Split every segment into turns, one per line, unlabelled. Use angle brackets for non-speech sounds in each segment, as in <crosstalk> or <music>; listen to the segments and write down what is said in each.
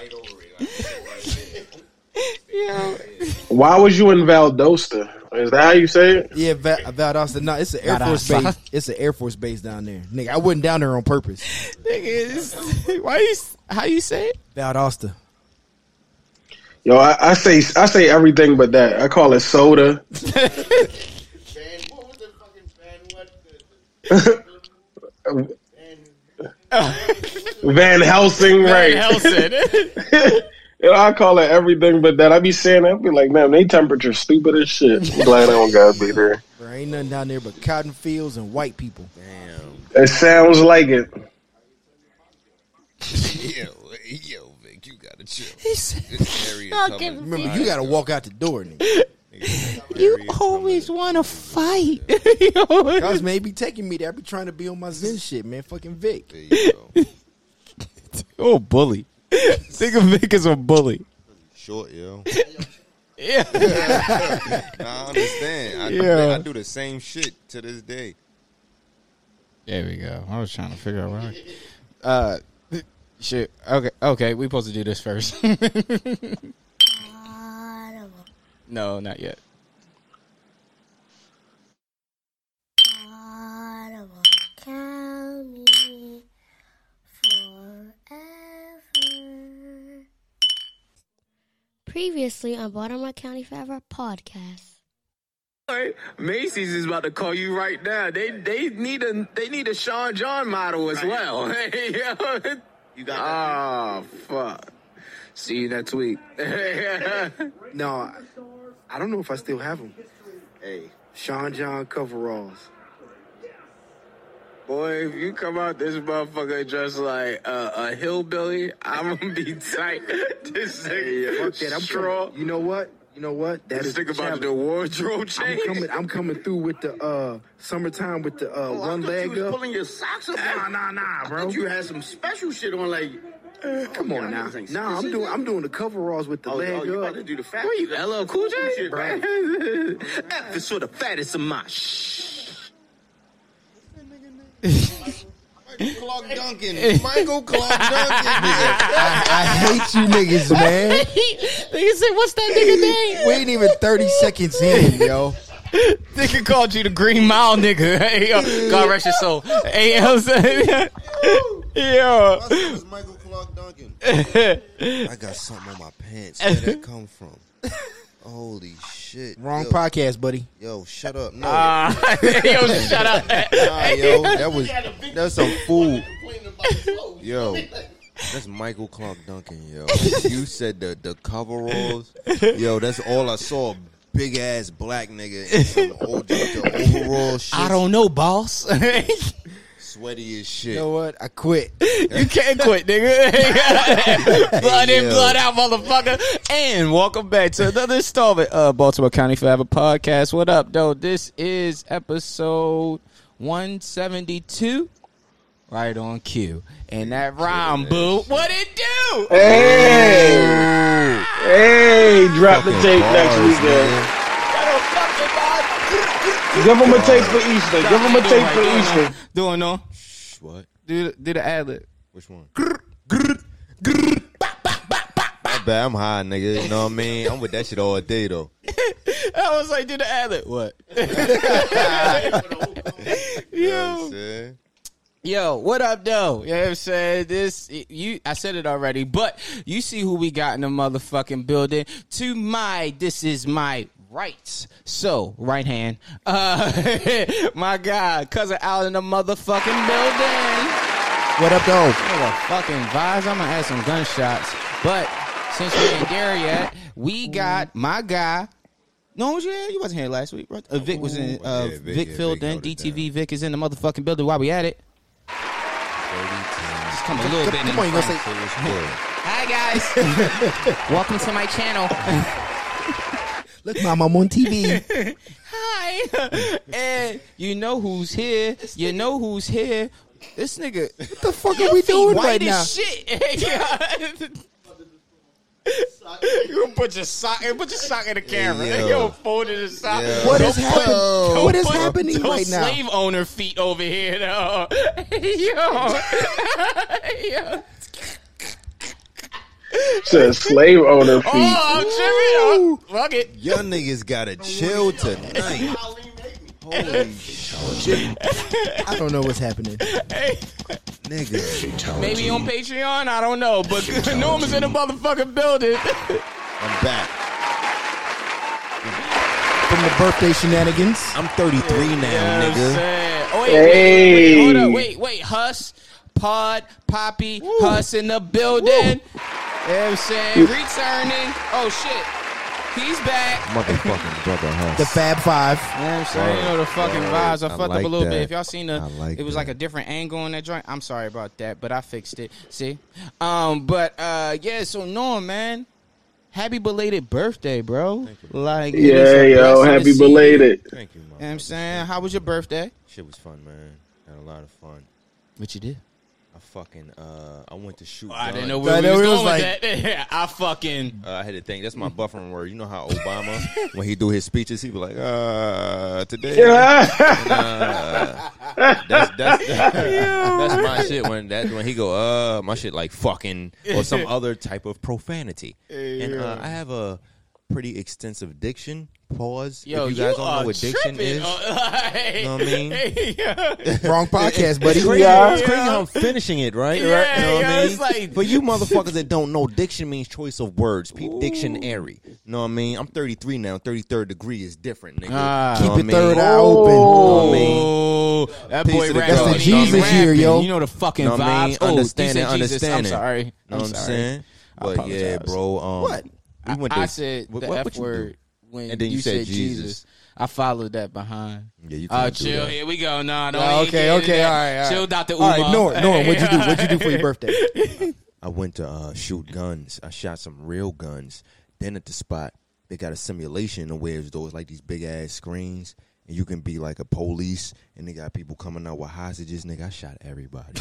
rivalry. Like, shit like
Yeah.
Why was you in Valdosta? Is that how you say it?
Yeah, Val- Valdosta. No, it's an Air Force
Valdosta.
base. It's an Air Force base down there, nigga. I wasn't down there on purpose.
Niggas, <laughs> why you? s- How you say it?
Valdosta.
Yo, I, I say I say everything but that. I call it soda.
that. Van, what was the fucking Van? What? The, the, Van,
Van Helsing, right?
Helson.
You know, I call it everything but that. I be saying that. I be like, man, they temperature stupid as shit. I'm glad I don't gotta be there.
There ain't nothing down there but cotton fields and white people.
It sounds like it.
yo, yo, Vic, you gotta chill.
<laughs> He said,
This area
Fucking
covered in
Remember,
fire,
you gotta
yo.
walk out the door, nigga.
<laughs>
Nigga, that
"You
area covered
always
in-
want to fight." <laughs> You know?
Cause man, he be taking me there. I be trying to be on my Zen shit, man. Fucking Vic.
There you go.
oh, bully. <laughs> Think of Vic as a bully.
Short, yo.
Yeah.
Nah, I understand. I,
Yeah.
I do the same shit to this day.
<laughs> There we go. I was trying to figure out why. Uh, shit. Okay, okay. We supposed to do this first. <laughs> no, not yet.
Audible County forever. Previously on Baltimore County Forever podcast.
Macy's is about to call you right now. They they need a they need a Sean John model as well. Hey, yo. You got Oh fuck. See you next week. no, I, I don't know if I still have them. Hey, Sean John coveralls. Boy, if you come out this motherfucker dressed like uh, a hillbilly, I'm gonna be tight. this nigga,
Fuck that. I'm
straw.
Coming, you know what? You know what? That
This
is
nigga about to
challenge.
do a wardrobe
I'm
change.
coming. I'm coming through with the uh summertime with the uh
Oh,
one
I thought
leg
you was
up.
pulling your socks up.
Nah, nah, nah,
I
bro.
thought you had some special shit on, like.
Come on now. Nah, I'm doing. I'm doing the coveralls with the
Oh,
leg
oh, you
up.
about to do the fat? What you, LL Cool J?
Right.
F is for the fattest of my shh.
Clark Duncan, Michael Clark Duncan.
I hate you
<laughs>
niggas, man.
Nigga said, "What's that nigga name?"
We ain't even thirty seconds in, yo.
Nigga called you the Green Mile, nigga. <laughs> Hey, yo, God rest your soul. Hey, yo, I'm saying, <laughs> yo,
It was Michael Clark Duncan. I got something on my pants. Where that come from? Holy shit!
Wrong
yo,
podcast, buddy.
Yo, shut up! No,
Ah, <laughs> yo, shut up.
<laughs>
nah, yo, that was that's some fool. Yo,
<laughs>
that's Michael Clark Duncan. Yo, you said the the coveralls. Yo, that's all I saw. Big ass black nigga in some old the overall shit.
I don't know, boss. <laughs> you
sweaty as shit.
You know what? I quit.
can't quit, nigga. <laughs> blood in,
Yo.
blood out, motherfucker. And welcome back to another installment of Baltimore County Forever Podcast. What up, though? This is episode 172. Right on cue. And that rhyme, boo. What it do?
Hey, hey, drop the tape next
Bars,
weekend.
man.
Give them a tape for Easter. Give them a
Doing
tape
right,
for
doing
Easter.
on- Doing on.
Shh, What?
Do, do the ad lib. <laughs>
Which one? My bad, I'm high, nigga. You know what I mean? I'm with that shit all day though.
I was like, do the ad lib. What?
You know what I'm saying?
Yo, what up, though? You know what I'm saying? This, you, I said it already, but you see who we got in the motherfucking building. To my, this is my right. So, right hand. Uh, <laughs> my God, cousin out in the motherfucking building.
What up, though?
Motherfucking vibes. I'm gonna have some gunshots, but since we ain't there yet, we got my guy. No, was you here? You wasn't here last week, bro. Uh, Vic was in. Uh,
Yeah, Vic-
Vic,
yeah, Vic
filled in.
held it
DTV Vic is in the motherfucking building. While we at it, just come a little bit. in
Come on, you
front.
gonna say?
So what's
<laughs>
good?
Hi guys, <laughs> welcome to my channel.
Look, mom, I'm
<laughs>
on TV.
Hi, and you know who's here. You know who's here. This <laughs> nigga,
What the fuck are we doing right
white
now?
as <laughs> shit. Yeah. You put your sock, put your sock in the camera.
Yeah.
Yo, folded his sock.
Yeah.
What
Don't
is
put-
happening?
don't
What is
put
happening
those
right now?
Slave owner feet over here. <laughs> though. Yo. Yo.
Said slave owner feet.
Oh, I'm tripping. Oh, fuck it.
Y'all niggas gotta chill
<laughs>
tonight. Holy shit,
I don't know what's happening.
nigga.
Maybe on Patreon, I don't know. But <laughs> Norman's in the motherfucking building. <laughs>
I'm back.
From the birthday shenanigans.
I'm 33 now,
You know what I'm
nigga.
saying? Oh, wait, wait, wait, hold up. Wait, wait. Huss, Pod, Poppy, Huss in the building. You know what I'm saying? Returning. Oh, shit. He's back.
Motherfucking brother Huss.
The Fab Five.
You know what I'm saying? You know the fucking vibes. I,
I
fucked up
like
a little
that.
bit. If y'all seen the,
I like
it was
that.
like a different angle on that joint. I'm sorry about that, but I fixed it. See, um, but uh, yeah. So Norm, man, happy belated birthday, bro. Like, it is
Yeah,
a
yo,
blessing to see
happy
you.
belated.
Thank you,
You know what
man.
I'm saying, how was your birthday?
Shit was fun, man. Had a lot of fun.
What you did?
I fucking uh, I went to shoot.
I didn't
guns.
know where
I
we
know
was
it was
going with that. <laughs> I fucking.
Uh, I had to think. That's my buffering word. You know how Obama, <laughs> when he do his speeches, he be like, "Uh, today." Uh, that's that's that's my shit. When that when he go, "Uh," my shit like fucking or some other type of profanity. And uh, I have a pretty extensive diction. Pause.
Yo,
if you guys don't
are
know what diction
tripping.
is.
Uh, <laughs> like-
know what I mean?
Yeah.
Wrong podcast, buddy.
It's crazy,
Yeah.
it's crazy how I'm finishing it, right?
Yeah,
right? You know what
yo,
I mean?
it's like-
For you motherfuckers that don't know, diction means choice of words. Peep dictionary. know what I mean? I'm 33 now. 33rd degree is different, nigga.
Ah.
Know
Keep
what I
your
mean?
third eye
Know what I
open.
mean?
Oh, that
Peace
boy
to the
rap.
God.
That's the Jesus
rapping.
here, yo.
You know the fucking
Know what I mean?
vibes. Oh,
Understanding,
you said Jesus.
understanding.
I'm sorry.
Know
I'm
what I'm
sorry.
saying? But yeah,
apologize.
bro. Um,
What?
We went
I
to,
said
what-
the
what-
F
what you do?
word when
And then you said Jesus.
I followed that behind.
Yeah, you
Oh,
can't do
chill.
that.
Here we go. No, no.
Oh,
we ain't
okay,
getting
okay,
that.
all right, all right.
Chill, Doctor.
All right, Norm,
<laughs>
Norm, what'd you do? What'd you do for your birthday?
I went to uh, shoot guns. I shot some real guns. Then at the spot, they got a simulation of where those like these big ass screens, and you can be like a police, and they got people coming out with hostages. Nigga, I shot everybody.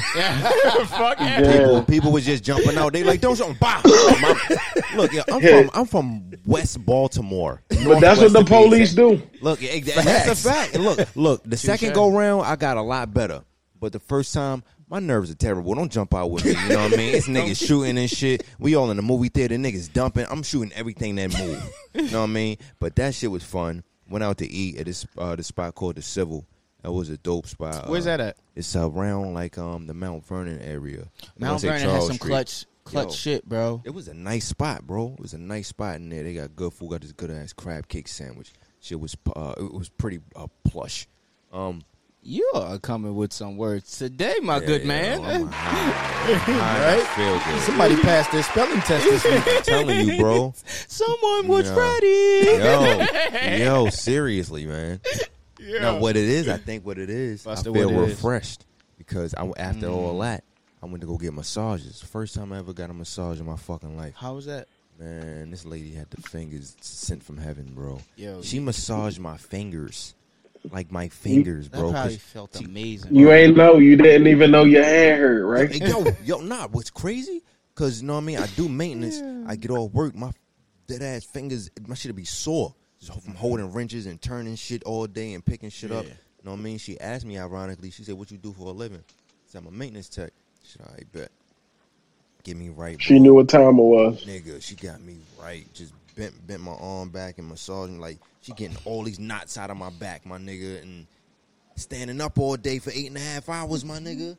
Fuck
people,
Yeah.
people was just jumping out. They like, don't shoot. Bah! My- Look, yeah, I'm from I'm from West Baltimore.
But that's what the police do.
Look, yeah, exa- that's a fact. And
<laughs>
Look, look. The second go round, I got a lot better, but the first time, my nerves are terrible. Don't jump out with me. You know what I mean?
<laughs>
It's niggas shooting and shit. We all in the movie theater. Niggas dumping. I'm shooting everything that move. You know what I mean? But that shit was fun. Went out to eat at this uh, this spot called the Civil. That was a dope spot.
Where's
Uh,
that at?
It's around like um the Mount Vernon area. I wanna
Mount
say
Vernon has
Charles
some
Street.
clutch, clutch
Yo.
shit, bro.
It was a nice spot, bro. It was a nice spot in there. They got good food. Got this good ass crab cake sandwich. Shit was uh, it was pretty uh, plush. Um,
You are coming with some words today, my
yeah,
good
yeah,
man.
I'm a high,
Right?
I feel good.
Somebody passed their spelling test this week.
I'm telling you, bro.
<laughs> Someone was
Yeah.
ready.
Yo, yo, seriously, man. Now, what it is, I think what it is,
Busta,
I
what
feel
it is. Mm.
refreshed because I, after all that, I went to go get massages. First time I ever got a massage in my fucking life.
<laughs> How was that?
Man, this lady had the fingers sent from heaven, bro.
Yo.
she massaged my fingers, like my fingers,
That
bro. 'cause-
probably felt amazing.
You ain't know. You didn't even know your hand hurt, right?
Hey, yo, yo, nah. What's crazy? Cause you know what I mean. I do maintenance. I get off work. My dead ass fingers. My shit be sore so from holding wrenches and turning shit all day and picking shit up. You know what I mean? She asked me ironically. She said, "What you do for a living?" I said, "I'm a maintenance tech." She said, "I bet." Get me right.
She
bro.
knew what time it was. <laughs>
nigga, she got me right. Just bent bent my arm back and massaging. Like she getting all these knots out of my back, my nigga, and standing up all day for eight and a half hours, my nigga.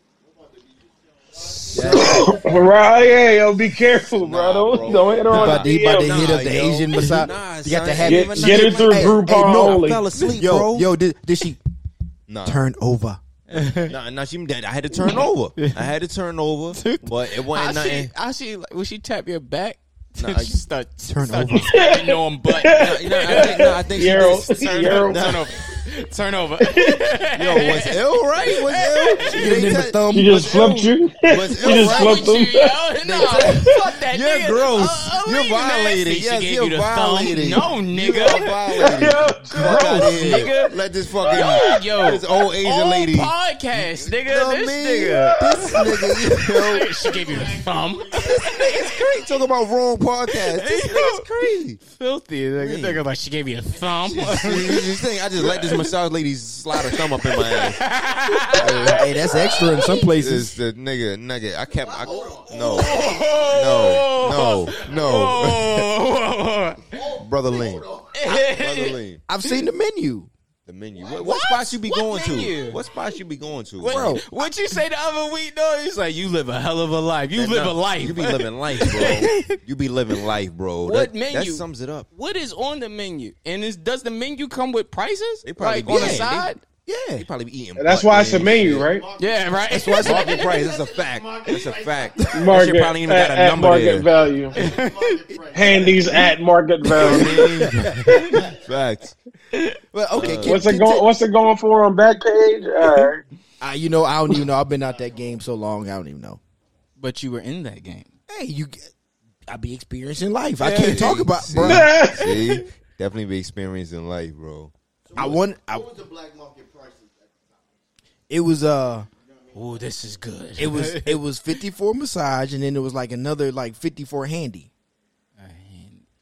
right? Yeah, yo, be careful, bro.
Nah,
don't,
bro.
don't hit her on
About to,
the
he about to
DM.
Nah,
hit up the
yo.
Asian massage.
Nah,
you got
son.
the habit.
Get, get it through Groupon
I
only.
fell asleep,
yo,
bro.
yo, did, did she
nah,
turn over?
nah, nah, she dead. I had to turn over. I had to turn
<laughs>
over, but it
How
wasn't
Ah,
she,
nothing.
how she, like, will she tap your back? <laughs>
Nah,
Did she start,
Turn
start <laughs>
over.
spitting on butt.
You know, I think, nah, I think she
Yarrow.
just
Turn,
Yarrow.
over. Turn <laughs> over. Turn
yo,
over.
what's ill, right? What's ill?
Get it in the thumb.
She just flipped <laughs> you. She
Was it
just
right
flipped
With you,
them.
yo. No, fuck that
You're
nigga.
gross.
Uh, uh,
You're
leave nasty.
violated.
She
Yes,
gave
you're
you the thumb.
violated.
No,
You are
nigga.
violated. Fuck outta here.
nigga.
Let this fucking
Yo,
this old Asian
Oh,
Old
lady.
podcast, nigga.
know what I
this
mean?
nigga.
This nigga, yo,
<laughs>
this
She gave you the thumb.
nigga's crazy. Talk about wrong podcast. This nigga's crazy.
<laughs> Filthy. Nigga,
Man.
<laughs> nigga like she gave you a thumb.
You just think I just let this massage ladies slide her thumb up in my <laughs> ass.
hey, that's extra in some places.
It's the nigga nugget. I kept. I, no,
Oh,
no, no, no. <laughs> Brother Lean, Brother
<laughs>
Lean.
I've seen the menu.
The menu. What, what,
What?
spots you be
What
going
menu?
to? What spots you be going to,
What,
bro?
what you say the other week though? He's like, you live a hell of a life. You live
Nah,
a life.
You be living life,
<laughs>
bro. you be living life, bro. that,
What
That
menu?
sums it up.
<laughs> what is on the menu? And is, does the menu come with prices?
They probably
like
be-
on the
yeah, they-
side?
Yeah.
You probably be eating.
And <laughs> that's
butt
why it's a
wings.
menu, right?
yeah, right. That's
<laughs>
That's market price. That's a fact. That's a fact. That shit
Market
probably even
at,
got
at
a number
market
there. <laughs>
value. Handies at market value. <laughs>
Facts.
But
Uh,
okay, can,
What's it
can-
going? What's it going for on Backpage? All right.
I- you know, I don't even know. I've been out that game so long, I don't even know.
<laughs> but you were in that game.
Hey, you, get- I be experiencing life. I can't talk about, bro.
See, definitely be experiencing life, bro.
I want. I, what was the black market prices? It was uh,
Oh, this is good.
it
<laughs>
was it was fifty four massage, and then it was like another like fifty four handy.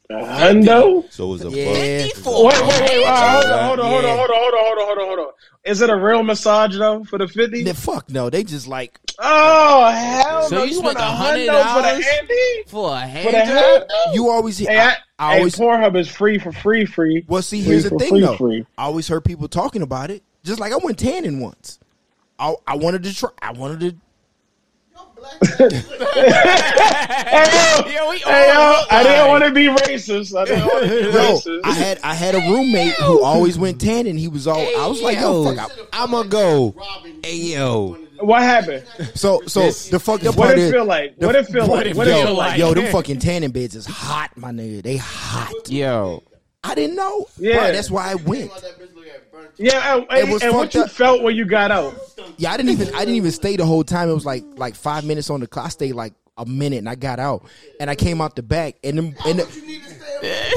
<laughs> Hundo.
So it was a
Yeah.
buck.
Wait, wait, wait! wow, Hold on, hold on, hold on, hold on, hold on, hold on, hold on, hold on. Is it a real massage though for the fifty?
The fuck no, they just like
Oh hell
So
no!
you
You want a
spent
hundo for the
$100?
Andy?
for a
For
hand
the hand?
you always.
Hey,
I,
I,
I
hey,
always.
Pornhub is free for free, free.
Well, see,
free
here's the
for
thing
free,
though.
free.
I always heard people talking about it. Just like I went tanning once. I I wanted to try. I wanted
<laughs>
to.
Yeah, we all
Hey, yo,
look
I didn't
alike.
want to be racist. I didn't want to be
<laughs> Yo,
racist.
I had I had a roommate who always went tanning. He was all. I was like, yo, fuck. I-
I'ma go. Hey yo,
what happened?
So so the fucked up
What
part
it
is.
feel like?
the-
What it feel like? What it
yo,
feel
like?
yo, them fucking tanning beds is hot, my nigga. They hot.
Yo,
I didn't know.
Yeah.
Bruh, that's why I went.
Yeah, and, and,
was
and what
fucked
you
up.
felt when you got out?
Yeah, I didn't even I didn't even stay the whole time. It was like like five minutes on the clock. I stayed like a minute, and I got out, and I came out the back, and them, and the,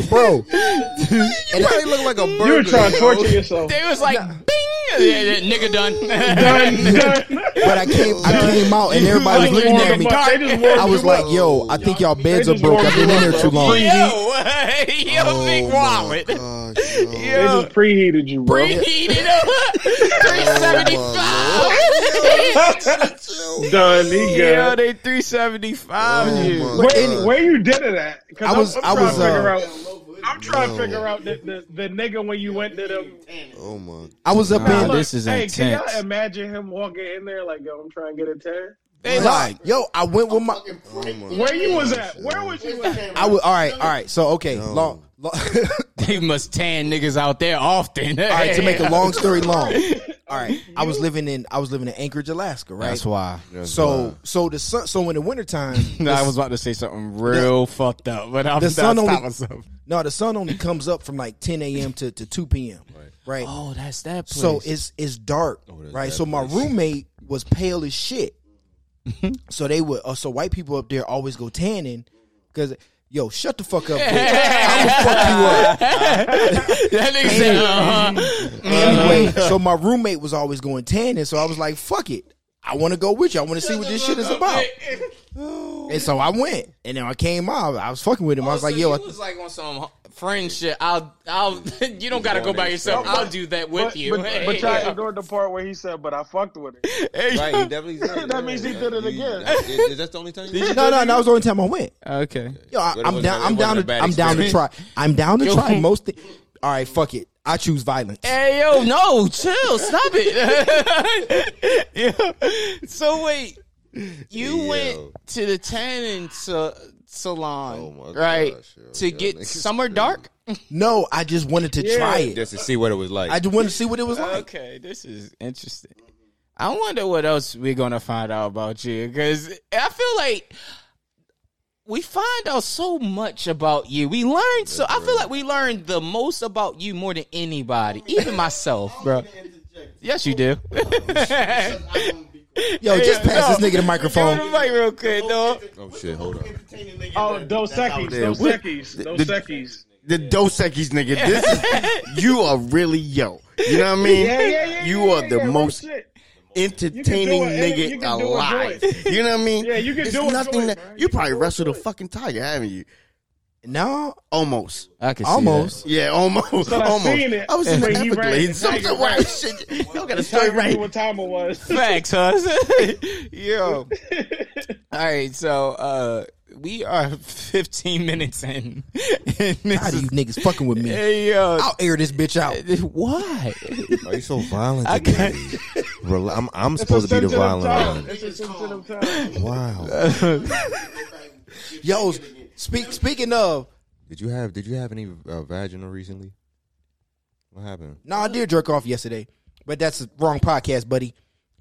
<laughs>
bro, and
they look like a burger. Oh
You were trying to
yo.
torture yourself.
they was like, bing, yeah, yeah, nigga done. <laughs>
Done, done.
<laughs> but I came I came out, and everybody was
<laughs> Like,
looking at
warm
me.
up. They just warmed
I was
you
like,
up.
yo, I think y'all beds
They
are
just
broke.
warmed
I've been
you
in
up,
here
bro.
too long.
<laughs> yo, yo,
Oh
big wallet.
Gosh, yo.
They just preheated you, bro.
Preheated <laughs> up, three seventy five.
<laughs> Done,
Yo,
he good.
they three seventy five
Oh,
you.
my
Where,
God.
where you did it at? Cause
uh, I was- I was,
I'm, I'm trying to figure
uh,
out. I'm trying to figure out the, the, the nigga when you went to them.
Oh my.
I was up
Nah,
in
this is
hey, can
intense.
y'all imagine him walking in there like, yo, I'm trying to get a tan?
They like,
like, yo, I went with my.
Oh my.
Where you was at? Where was you at?
I was all right, all right. So okay, long, <laughs> long
they must tan niggas out there often.
all right. To make a long story long, all right. I was living in I was living in Anchorage, Alaska, right?
that's why.
So so the sun so in the
<laughs>
wintertime
No, I was about to say something <laughs> real fucked up, but I'm
the
not
sun
stopping
only
myself.
no the sun only comes up from like ten a.m. to, to two p.m. Right,
Oh, that's that place.
so
<laughs>
it's it's dark
that's Oh,
right.
that
So my
place.
roommate was pale
<laughs>
as shit. so they would uh, so white people up there always go tanning because yo shut the fuck
<laughs>
up. bitch.
that nigga said, uh-huh.
anyway, so my roommate was always going tanning, so I was like fuck it. I want to go with you. I want to see what this shit is about. And so I went, and then I came out. I was fucking with him. I
Oh,
was like,
So
"Yo, I-
you was like on some friend shit. I'll, I'll. <laughs> You don't gotta go by yourself. I'll do that with
But,
you.
but,
Hey,
but y'all ignored the part where he said, but I fucked with it.
hey,
Right, he definitely said
<laughs> That means he did it again.
Is that the only
<laughs>
time? You
<laughs> no, no, no." That was the only time I went.
Okay.
Yo, I,
But it
I'm
wasn't-
down.
it
I'm
wasn't a
down. To,
bad
I'm down to try.
experience.
I'm down to try most. Thi- All right, fuck it. I choose violence.
Hey yo, no, chill, stop it. <laughs> Yeah. So wait, you
Yo.
went to the tanning sa- salon,
Oh my
right,
gosh, yo,
to
y'all
get
niggas
summer
crazy.
dark?
No, I just wanted to try it.
Just to see what it was like.
I just wanted to see what it was like.
Okay, this is interesting. I wonder what else we're gonna find out about you because I feel like we find out so much about you. We learned so. I feel like we learned the most about you more than anybody, even myself, bro. Yes, you <laughs> do.
Yo, just
Yeah, no.
pass this nigga the
Give me
microphone.
the mic real quick, dog.
oh shit! Hold up.
Oh, Dos Equis,
there.
Dos
What-
Equis,
the-
Dos
the-
Equis.
The Dos Equis nigga, this
<laughs>
is, you are really yo. You know what I mean?
Yeah, yeah, yeah.
you
yeah,
are
yeah,
the
real
most
shit.
entertaining
You can do it, you
nigga
can do it, do
alive.
it.
You know what I mean?
Yeah, you can
It's
do it, do
nothing
it,
that
bro.
you,
You can
probably
do it,
wrestled
do
a
it.
fucking tiger, haven't you?
No,
Almost.
I can see that.
almost.
Yeah, almost.
But I
almost.
seen it.
I was in
But
the
he right.
Everglades.
Now
I'm
you're
so
right.
right. Shit, y'all got to
Tell
start
me
right.
what time it was.
Facts, huh? <laughs> Yo. All right, so uh we are <laughs> 15 minutes in. <laughs> And this
How do you
is,
niggas fucking with me?
hey, yo. <laughs>
I'll air this bitch out.
Why?
Are you so violent?
I
today?
got-
Rel- I'm, I'm supposed to be the
Sensitive
violent
time.
one.
It's a sensitive time.
Wow.
Yo, speak, speaking of,
Did you have Did you have any uh, vaginal recently? What happened?
no, I did jerk off yesterday, but that's the wrong podcast, buddy.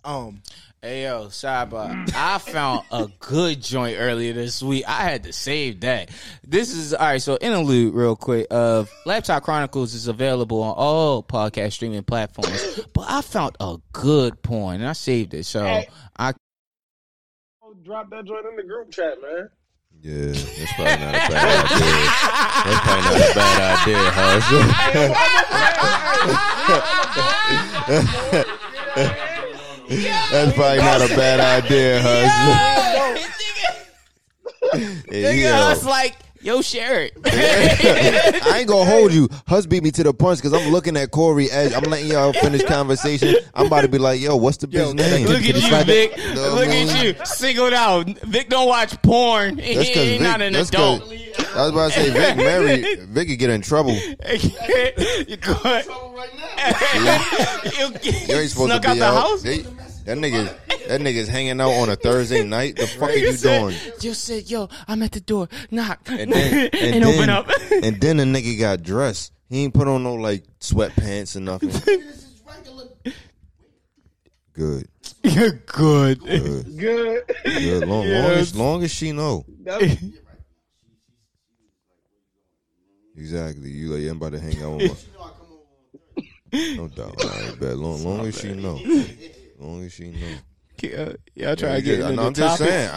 Um,
Hey yo, sidebar. I found a good joint earlier this week. I had to save that. This is all right. So interlude, real quick. Of Laptop Chronicles is available on all podcast streaming platforms, but I found a good porn and I saved it. So <laughs> I
Drop that joint in the group chat, man.
Yeah, that's probably not a bad idea. That's probably not a bad idea, <laughs> huh? That's probably not a bad idea, huh? Yeah,
Nigga, I was
yo.
like, yo, share <laughs> it.
<laughs> I ain't gonna hold you. Hus beat me to the punch because I'm looking at Corey as I'm letting y'all
<laughs>
finish conversation. I'm about to be like, yo, what's the bitch name?
Look at you, Vic.
No,
Look
man.
at you, singled out. Vic don't watch porn. <laughs> He
That's 'cause
ain't
Vic-
not an
that's 'cause-
adult. <laughs>
I was about to say Vic married. Vic could get in trouble.
you go ahead. you get
You ain't supposed
snuck
to
out
be
the
out.
house.
They- that nigga, that nigga's hanging out on a Thursday night. The fuck are you doing?
Just said, "Yo, I'm at the door. Knock
<laughs>
<laughs>
And then, and,
and
then, <laughs>
open up." <laughs>
and then the nigga got dressed. He ain't put on no like sweatpants or nothing. Good,
You're good.
good,
Good.
good. Long, long as long as she know
That's-
exactly. You like I'm about to hang <laughs> out with my. No doubt, all right, bet. Long, long as she <laughs> know. Long as she know.
Y'all trying
Yeah,
to get
I know,
into the
I'm just
topic.
saying.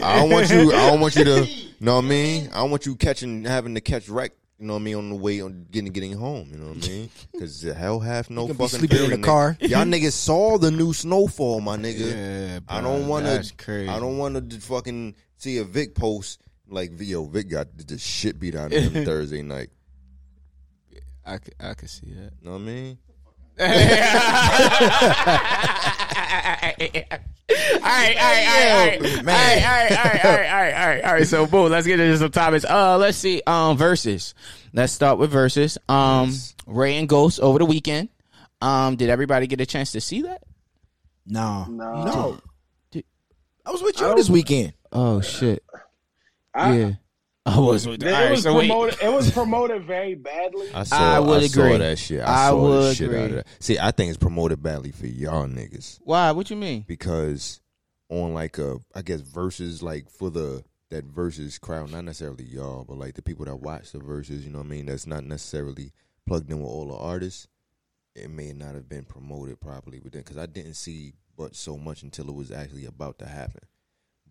I, I don't want you. I don't want you <laughs> to. Know what I mean? I don't want you catching, having to catch wreck. You know what I mean? On the way, on getting, getting home. You know what I mean? Because hell have no
You can be
fucking.
sleeping in
theory,
the
nigga.
car.
Y'all niggas saw the new snowfall, my nigga.
Yeah,
I
bro,
don't want
that's
to.
crazy.
I don't want to fucking see a Vic post like, yo, Vic got the shit beat out of <laughs> him Thursday night.
I, c- I could see <laughs> that.
You know what I mean?
all right, all right, all right, all right, all right, all right, all right, all right, all right, all right. So, boom, let's get into some topics. Uh, let's see. Um, verses. Let's start with verses. Um, Ray and Ghost over the weekend. Um, did everybody get a chance to see that?
no,
Nah.
no.
Dude.
I was with
I
you
don't-
this weekend.
Oh shit!
I-
yeah, I was with. All
It
right,
was
so wait.
promoted. It was promoted very badly.
I saw,
I would
saw
agree.
that shit. I,
I
saw the
would
shit out
agree.
of that. See, I think it's promoted badly for y'all niggas.
Why? What you mean?
because on like a I guess versus like for the that versus crowd, not necessarily y'all, but like the people that watch the verses, you know what I mean, that's not necessarily plugged in with all the artists, it may not have been promoted properly within because I didn't see but so much until it was actually about to happen.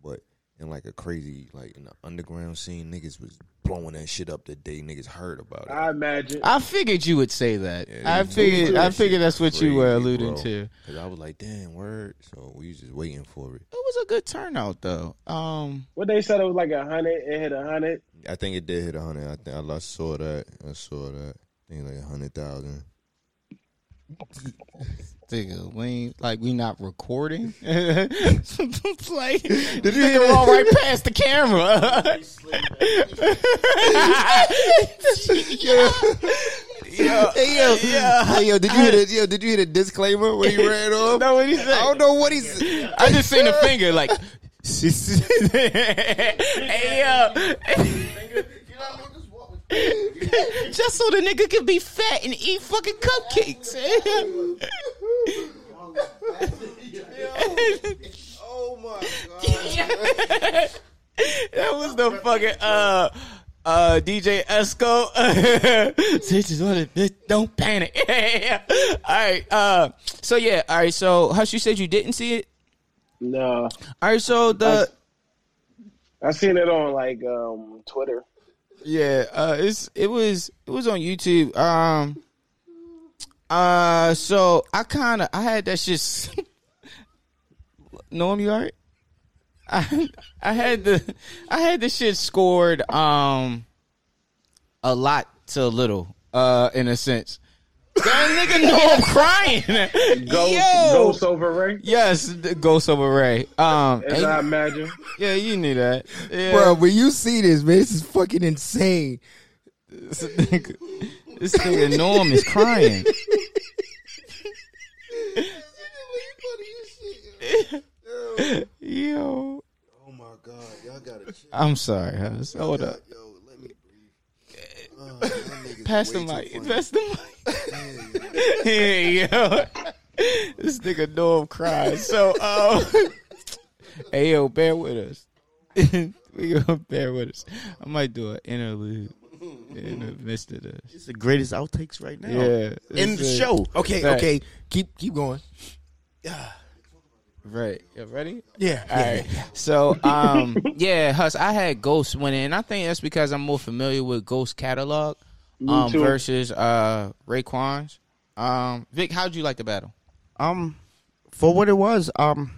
But in like a crazy like in the underground scene, niggas was blowing that shit up the day niggas heard about it.
I imagine.
I figured you would say that.
Yeah,
I
you-
figured. I
that shit
figured that's what you were
crazy,
alluding
bro.
to.
Cause I was like, damn word. So we was just waiting for it.
It was a good turnout though. Um.
What they said it was like a hundred. It hit a hundred.
I think it did hit a hundred. I think I lo- saw that. I saw that. I think like a hundred thousand.
Nigga, we ain't, like we not <laughs> recording. It's like did you nigga roll right past the <laughs> camera?
Hey yo, hey yo, did you hit a yo? Did you hit a disclaimer when <laughs> you ran off?
know what he
I
said?
don't know what he's. Hey
I just seen the finger <laughs> like. hey yo. Just so the nigga can be fat and eat fucking cupcakes.
Oh
That was the fucking uh uh DJ Esco. <laughs> This is what it- bitch, Don't panic. <laughs> all right. Uh. So yeah. All right. So Hush, you said you didn't see it.
No,
All right. So
Uh,
the
I seen it on like um Twitter.
yeah. Uh. It's it was it was on YouTube. Um. Uh. So I kind of I had that shit. s- <laughs> Norm, you alright? I I had the I had the shit scored. Um. a lot to a little, uh, in a sense. That nigga know I'm crying.
Ghost,
Yo.
Ghost over Ray.
Yes, the Ghost over Ray. Um,
As
and-
I imagine.
yeah, you knew that, yeah.
Bro, when you see this, man, this is fucking insane.
This nigga, this nigga Norm is
<laughs>
crying. Yo,
Oh my god, y'all gotta chill.
I'm sorry. Hus. Hold up.
Yo, let me breathe. Oh, y'all <laughs> niggas
Pass the
way too
mic.
funny.
Pass the
<laughs>
mic. hey, yo. This nigga Norm crying. So, um, <laughs> hey, yo, bear with us. <laughs> we gonna bear with us. I might do an
<laughs>
interlude in the midst of this.
It's the greatest outtakes right now.
Yeah,
In
it's
the
a-
show.
Okay,
Right.
okay, keep keep going.
Right. You ready?
Yeah,
All right. <laughs> So, um, yeah, Hus, I had Ghost winning, and I think that's because I'm more familiar with Ghost catalog um,
too.
versus uh, Raekwon's. Um, Vic, how'd you like the battle?
Um, for what it was, um,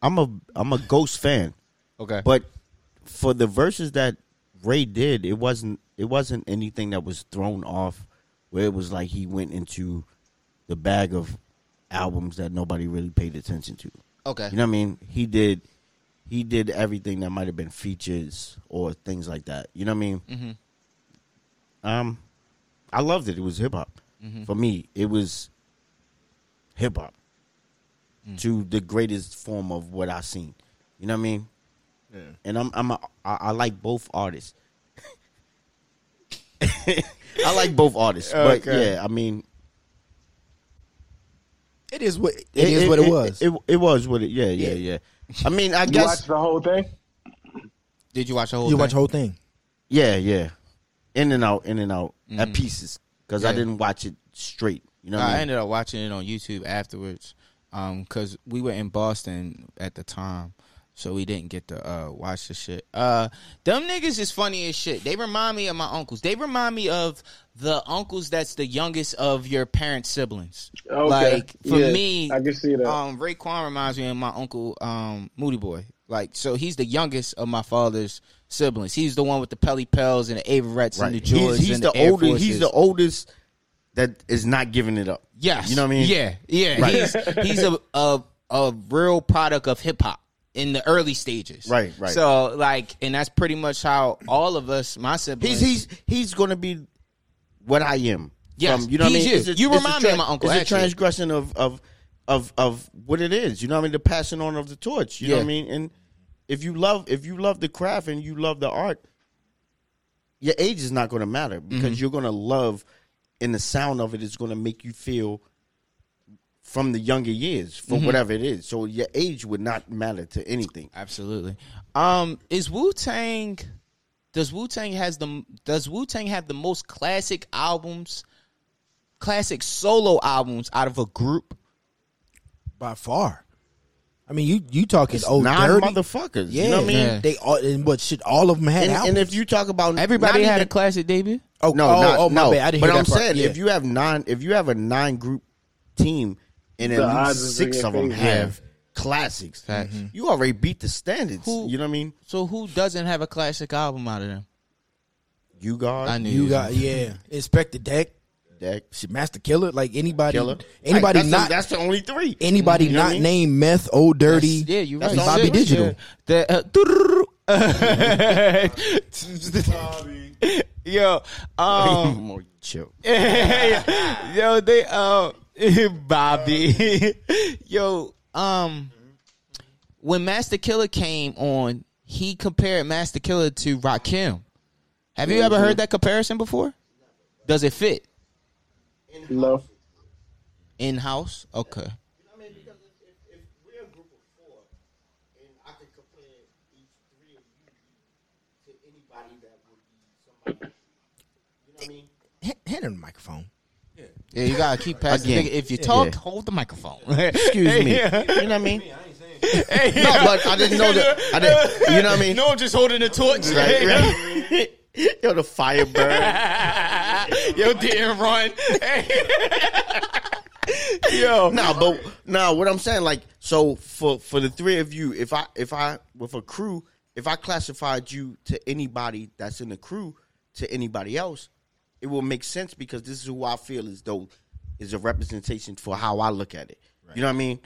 I'm a I'm a Ghost fan,
Okay.
but for the verses that Ray did, it wasn't it wasn't anything that was thrown off. Where it was like he went into the bag of albums that nobody really paid attention to.
okay.
You know what I mean? He did he did everything that might have been features or things like that. You know what I mean? Um I loved it. It was hip hop. For me, it was hip hop. To the greatest form of what I've seen. You know what I mean? And I'm I'm a, I, I like both artists. <laughs> I like both artists. But
Okay.
yeah, I mean
it is what it is what it, was.
It, it, was what it yeah, yeah, yeah. I mean I
You
guess
watched the whole thing?
Did you watch the whole?
you
thing?
watch the whole thing.
Yeah, yeah. In and out, in and out at pieces because I
Mm-hmm. Yeah.
didn't watch it straight. You know, what
I
I mean?
ended up watching it on YouTube afterwards, um, because we were in Boston at the time, so we didn't get to uh watch the shit. Uh, them niggas is funny as shit. They remind me of my uncles. They remind me of the uncles that's the youngest of your parents' siblings.
Okay.
Like for
Yeah,
me,
I can see that.
Um, Raekwon reminds me of my uncle, um, Moody Boy. Like, so he's the youngest of my father's siblings. He's the one with the Pelly Pels and the Averets and the Jordans.
He's, he's
and
the,
Air
oldest.
Forces.
He's the oldest that is not giving it up.
Yes.
you know what I mean.
Yeah, yeah.
Right.
He's he's a, a a real product of hip hop in the early stages.
Right, right.
So like, and that's pretty much how all of us, my
he's
siblings,
he's he's gonna be what I am.
Yes,
you know what I
he's
mean.
you. You remind me of my uncle,
It's
actually.
a transgression of of of of what it is. You know what I mean. The passing on of the torch. You know
Yeah.
what I mean. And if you love if you love the craft and you love the art, your age is not going to matter
Mm-hmm.
because you're going to love, and the sound of it is going to make you feel from the younger years for
Mm-hmm.
whatever it is. So your age would not matter to anything.
absolutely. Um, is Wu Tang? Does Wu Tang has the does Wu Tang have the most classic albums, classic solo albums out of a group?
By far. I mean, you you talking old
Nine
dirty.
motherfuckers.
yeah,
You know what I mean.
Yeah.
they all and what shit? All of them had
And,
albums.
and if you talk about
Everybody
not
had
even-
a classic debut.
oh
No,
oh,
not,
oh, my
no.
bad. I didn't
but
hear
I'm
that part.
saying
Yeah.
if you have nine, if you have a nine group team, and
The
at
odds
least
is
six
in
of
your
them
favor.
have classics, Mhm.
Facts.
you already beat the standards.
Who-
You know what I mean?
So who doesn't have a classic album out of them?
You guard,
I knew
you got yeah, Inspect the Deck,
Deck,
shit, Master Killer, like anybody,
Killer. Like,
anybody
that's
not
the, that's the only three.
anybody
You know what
not
I mean?
named Meth, Old Dirty,
Yeah, you're right.
and Bobby
Shit,
Digital.
yeah. The, uh, uh, <laughs> yo,
<laughs>
um,
More chill.
<laughs> yo, they, uh, <laughs> Bobby, <laughs> yo, um, when Master Killer came on, he compared Master Killer to Rakim. Have you ever
Mm-hmm.
heard that comparison before? Does it fit
No.
in house? Okay.
H- hand him the microphone.
Yeah, you gotta keep passing.
Again.
Nigga, If you talk,
Yeah.
hold the microphone.
<laughs>
<laughs>
Excuse me. You know what I mean? no, but I didn't know that. I didn't. You know what I
<laughs>
mean?
No, I'm just holding the torch.
<laughs>
Right, right. <laughs> Yo, the Firebird.
<laughs> Yo, didn't run. Yo.
No, but no, what I'm saying, like, so for for the three of you, if I if I with a crew if I classified you to anybody that's in the crew to anybody else, it will make sense because this is who I feel as though is a representation for how I look at it. You know what I mean?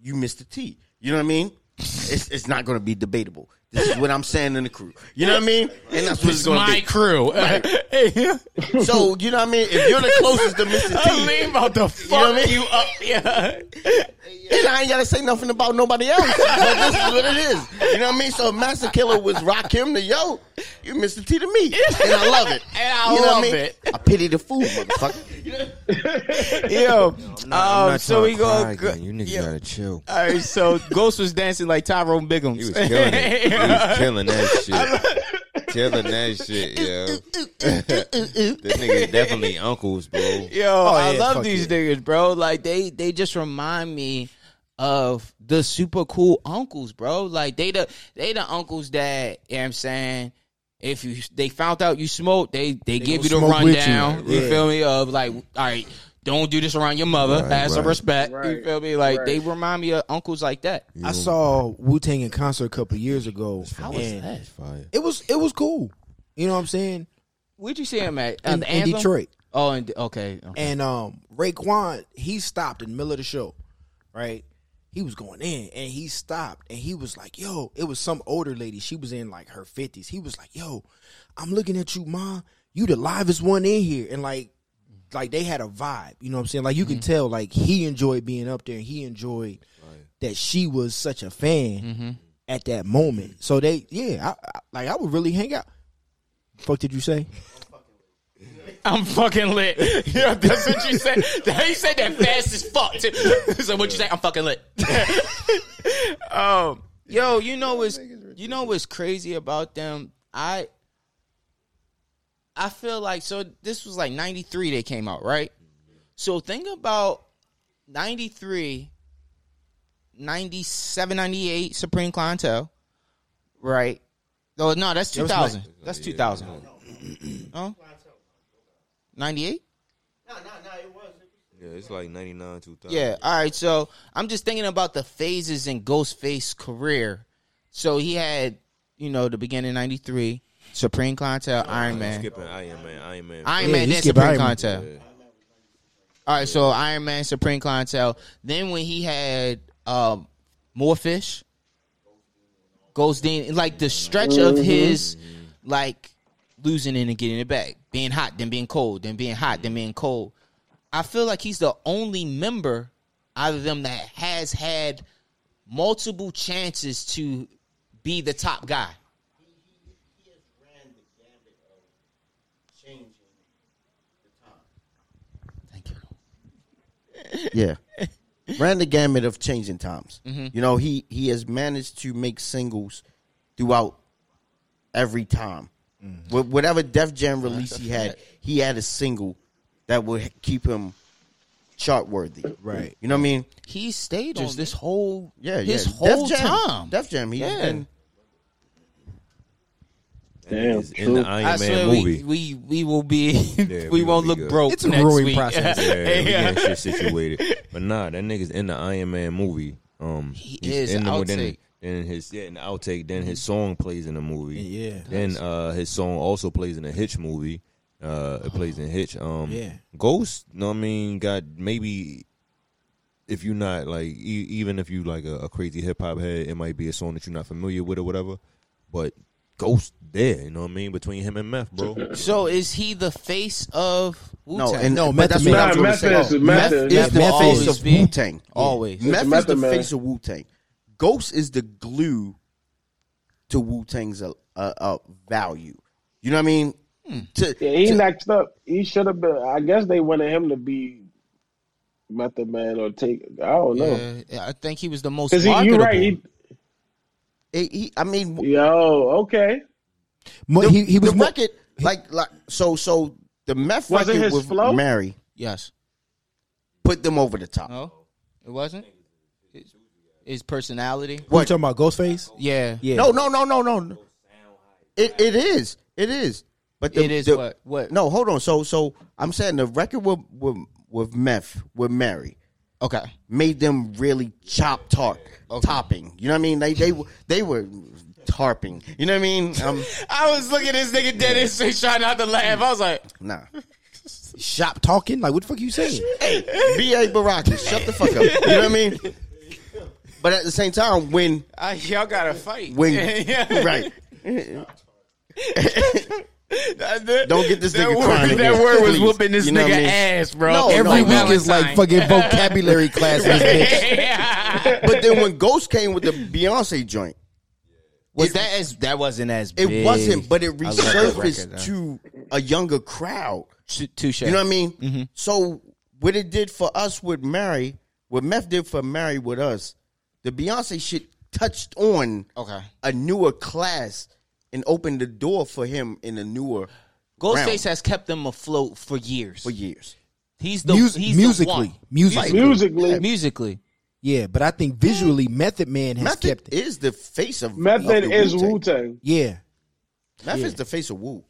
You Mr. T. You know what I mean? It's, it's not going to be debatable. This is what I'm saying in the crew. You know what I mean? And that's what it's
It's
going to
my
be.
crew. <laughs>
So you know what I mean? If you're the closest to Mr.
<laughs>
T,
I mean, about to
you know what
fuck
I mean?
you up. <laughs> Yeah.
And I ain't gotta say nothing about nobody else. but this is what it is. You know what I mean? So if Master Killer was Rakim to yo, you Mr. T to me. And I love it.
And I
you
love
I
it.
I pity the fool, motherfucker.
Yo. um, so we
go.
go.
You niggas
yeah.
gotta <laughs> chill.
All right, so Ghost was dancing like Tyrone Biggums.
He was killing it. He was killing that shit. killing that shit, yo.
<laughs>
the niggas definitely uncles, bro.
Yo, I
Oh, yeah,
love
fuck
these niggas, bro. Like they they just remind me of the super cool uncles, bro. Like they the they the uncles that you know what I'm saying. If you they found out you smoked, they they, give you the
gonna smoke with you.
rundown. You,
Yeah.
feel me? Of like, all right, don't do this around your mother.
Right,
Have some
right.
respect. You
Right,
feel me? Like
right.
they remind me of uncles like that.
I saw Wu Tang in concert a couple years ago.
How was
and
that?
Fire.
It was it was cool. You know what I'm saying?
Where'd you see him at? At
In,
Uh, the
in
Anthem?
Detroit.
Oh, in, okay. okay.
And um Raekwon, he stopped in the middle of the show, right? He was going in and he stopped and he was like, Yo, it was some older lady. She was in like her fifties. He was like, Yo, I'm looking at you, ma. You the livest one in here. And like like they had a vibe. You know what I'm saying? Like you
Mm-hmm.
can tell like he enjoyed being up there and he enjoyed that she was such a fan
Mm-hmm.
at that moment. So they yeah, I, I like I would really hang out. Fuck did you say?
I'm fucking lit. <laughs> Yeah, that's what you said. He said that fast as fuck. too. <laughs> So what you say? I'm fucking lit. um, yo, you know what's you know what's crazy about them? I I feel like so this was like '93 they came out, right? So think about '93, '97, '98 Supreme Clientele, right? No, no, that's 2000. That's 2000. Oh. 98?
Yeah, it's like 99, 2000.
Yeah. All right. So I'm just thinking about the phases in Ghostface's career. So he had, you know, the beginning '93, Supreme Clientele, Iron Man,
Skipping Iron Man, Iron Man.
Iron
Yeah,
Man,
he
then
skipped
Supreme
Iron Man.
Clientele. All right. So Iron Man, Supreme Clientele. Then when he had um, more fish, Ghost Dean, like the stretch of his, like losing it and getting it back, being hot, then being cold, then being hot, then being cold. I feel like he's the only member out of them that has had multiple chances to be the top guy. Thank you.
yeah. Ran the gamut of changing times.
Mm-hmm.
You know, he he has managed to make singles throughout every time.
Mm-hmm.
Wh- whatever Def Jam release he had, he had a single that would keep him chart worthy.
Right.
You know what I mean?
He stayed on this whole
Yeah,
his
yeah.
whole
Def Jam.
time.
Def Jam. He's
Yeah.
been
Damn,
It's in the
true.
Iron
I
Man
swear
movie.
we, we we will be <laughs> we,
we will
won't look
be good.
broke.
It's a
next
growing
week.
process.
yeah, we getting shit situated. But nah, that nigga's in the Iron Man movie. Um,
He
he's
is,
in
outtake.
then, then his yeah, in the outtake. Then his song plays in the movie.
Yeah.
Then uh, his song also plays in the Hitch movie. Uh, it plays in Hitch. Um,
Yeah.
Ghost. No, I mean, got maybe. If you're not like, e- even if you like a, a crazy hip hop head, it might be a song that you're not familiar with or whatever. But Ghost there, you know what I mean? Between him and Meth, bro.
<laughs> So is he the face of Wu
no,
Tang?
and
No,
but
Method
that's
Man.
what I
Nah,
was gonna
Method
say.
is- Method-
Meth is the
Method
face
always
of
be.
Wu Tang.
Always.
Meth is
Method
the
Man.
face of Wu Tang. Ghost is the glue to Wu Tang's uh, uh, uh, value. You know what I mean? To,
Yeah, he
to-
next up. He should have been. I guess they wanted him to be Method Man or take. I don't know.
Yeah, I think he was the most
Cause he,
marketable.
you right. He,
he- eh, he- I mean,
yo, okay.
Mo-
the,
he, he was
the
mo-
record like like so so the Meth
Was it
record
his
with
flow?
Mary
yes.
put them over the top.
No, it wasn't. His, his personality.
What you talking about Ghostface?
Yeah.
Yeah.
No, no, no, no, no. It it is. It is. But the,
It is
the-
what- what?
No, hold on. So so I'm saying the record with with with Meth with Mary
Okay.
made them really chop talk topping. You know what I mean? They they were- they were tarping. You know what I mean? Um,
I was looking at this nigga dead and shit, trying not to laugh. I was like,
nah.
Shop talking? Like, what the fuck you saying?
B.A. Baraka, shut the fuck up. You know what I mean? But at the same time, when
I, y'all got to fight.
<laughs> when
<laughs> Yeah.
right,
That- that-
Don't get this
that
nigga
word,
crying
That
again.
word was
Please.
whooping this
You know
nigga
what I mean?
ass, bro.
No,
Every
Oh, no,
Every
no.
week is like
Valentine.
fucking vocabulary class. in this bitch.
but then when Ghost came with the Beyonce joint,
was that as that wasn't as
it
big.
wasn't, but it
I love that
resurfaced
record,
to a younger crowd.
though. touche.
You know what I mean?
mm-hmm.
So what it did for us with Mary, what Meth did for Mary with us, the Beyonce shit touched on
Okay.
a newer class and opened the door for him in a newer
Ghostface
round.
has kept them afloat for years.
for years.
He's the
Mus-
he's
musically,
the
musically,
one.
Musically,
musically.
yeah. But I think visually, Method Man has kept
Method
it.
is the face of
Method
of the
is
Wu-Tang.
Wu Tang.
Yeah,
Meth is the face of Wu.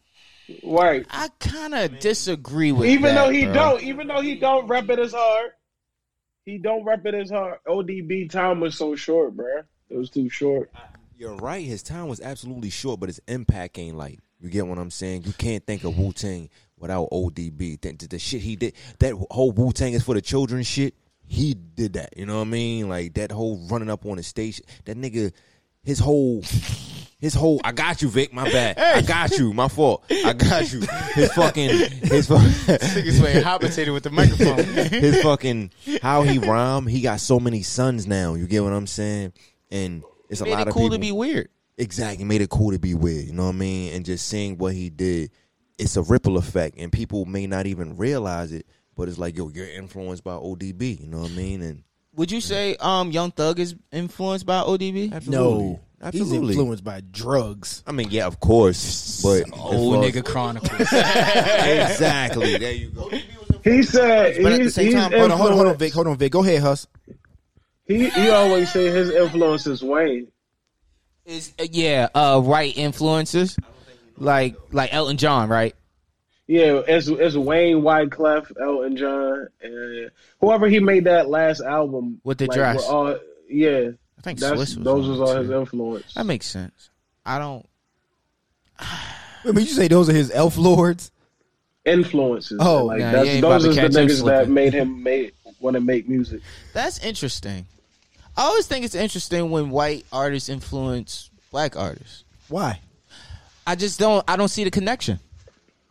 Right.
I kind of disagree with that,
Even though he
bro.
don't, even though he don't rep it as hard, he don't rep it as hard. ODB time was so short, bruh. It was too short.
You're right. His time was absolutely short, but his impact ain't light. You get what I'm saying? You can't think of Wu Tang without ODB. The, the, the shit he did, that whole Wu Tang is for the children shit. He did that. You know what I mean? Like that whole running up on the stage. That nigga, his whole. His whole, I got you, Vic. My bad. I got you. My fault. I got you.
<laughs>
His fucking, his fucking.
Niggas playing hot potato with the
<laughs>
microphone.
his fucking how he rhyme. He got so many sons now. You get what I'm saying? And it's a
Made
lot
it
of
cool
people.
to be weird.
exactly made it cool to be weird. You know what I mean? And just seeing what he did, it's a ripple effect, and people may not even realize it. But it's like, yo, you're influenced by ODB. You know what I mean? And
Would you say um Young Thug is influenced by ODB?
no,
absolutely.
he's influenced by drugs.
I mean, yeah, of course, but
Old nigga chronicles.
exactly. There you go.
He said,
But at the
he's,
same
he's
time,
Hold on, hold on, hold on,
influenced-
Vic. Hold on, Vic. Go ahead, Hus.
He he always say his influence is Wayne.
is uh, yeah, uh right influences. Like like Elton John, right?
Yeah, it's it's Wayne Wyclef, Elton John, and whoever he made that last album
With the
like,
dress.
were all- yeah,
I think
that's,
Swiss was
those
on
was
it,
all
too.
his influence.
That makes sense. I don't
Wait, but you say those are his elf lords?
influences.
Oh,
like
nah, you
that's,
ain't about
those
to
is the
catch him
niggas that
slipping.
made him make want to make music.
That's interesting. I always think it's interesting when white artists influence black artists.
Why?
I just don't I don't see the connection.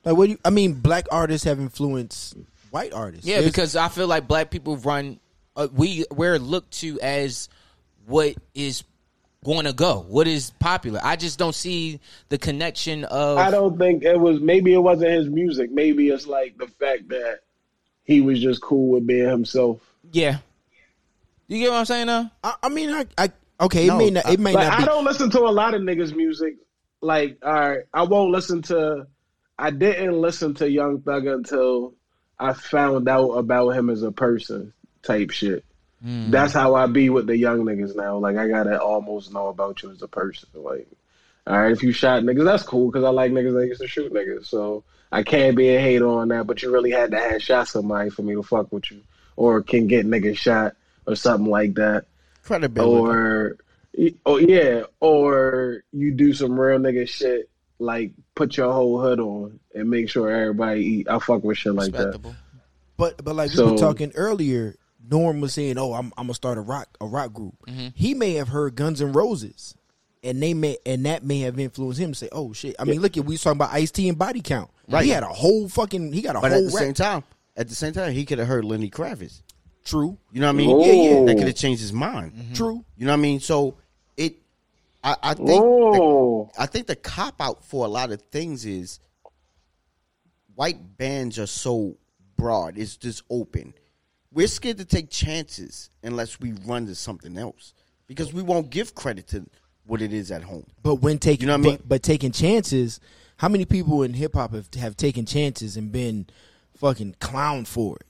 Like, what do you? I mean, black artists have influenced white artists.
Yeah,
There's-
because I feel like black people run uh, we we're looked to as what is going to go, what is popular. I just don't see the connection of
I don't think it was maybe it wasn't his music. Maybe it's like the fact that he was just cool with being himself.
yeah. You get what I'm saying though?
I, I mean, I, I okay. it may not. It may
Like
not be.
I don't listen to a lot of niggas' music. Like, all right, I won't listen to. I didn't listen to Young Thug until I found out about him as a person, type shit. That's how I be with the young niggas now. Like, I gotta almost know about you as a person. Like, all right, if you shot niggas, that's cool because I like niggas that used to shoot niggas. So I can't be a hater on that. But you really had to have shot somebody for me to fuck with you, or can get niggas shot or something like that
Credibility.
or oh yeah, or you do some real nigga shit like put your whole hood on and make sure everybody eat. I fuck with shit like that.
Respectable.
But but like we were
So-
talking earlier, Norm was saying, "Oh, I'm I'm gonna start a rock a rock group."
Mm-hmm.
He may have heard Guns N' Roses, and they may and that may have influenced him. to Say, "Oh shit!" I mean, look at we was talking about Ice T and Body Count. Right? He had a whole fucking he got a
But at
whole
the
rap.
same time, at the same time, he could have heard Lenny Kravitz.
True,
You know what I mean?
Yeah, yeah.
That could have changed his mind.
true.
You know what I mean? So it, I, I think, the,
Oh,
I think the cop out for a lot of things is white bands are so broad. It's just open. We're scared to take chances unless we run to something else because we won't give credit to what it is at home.
But when taking
You know what I
but,
mean?
but taking chances, how many people in hip hop have have taken chances and been fucking clowned for it?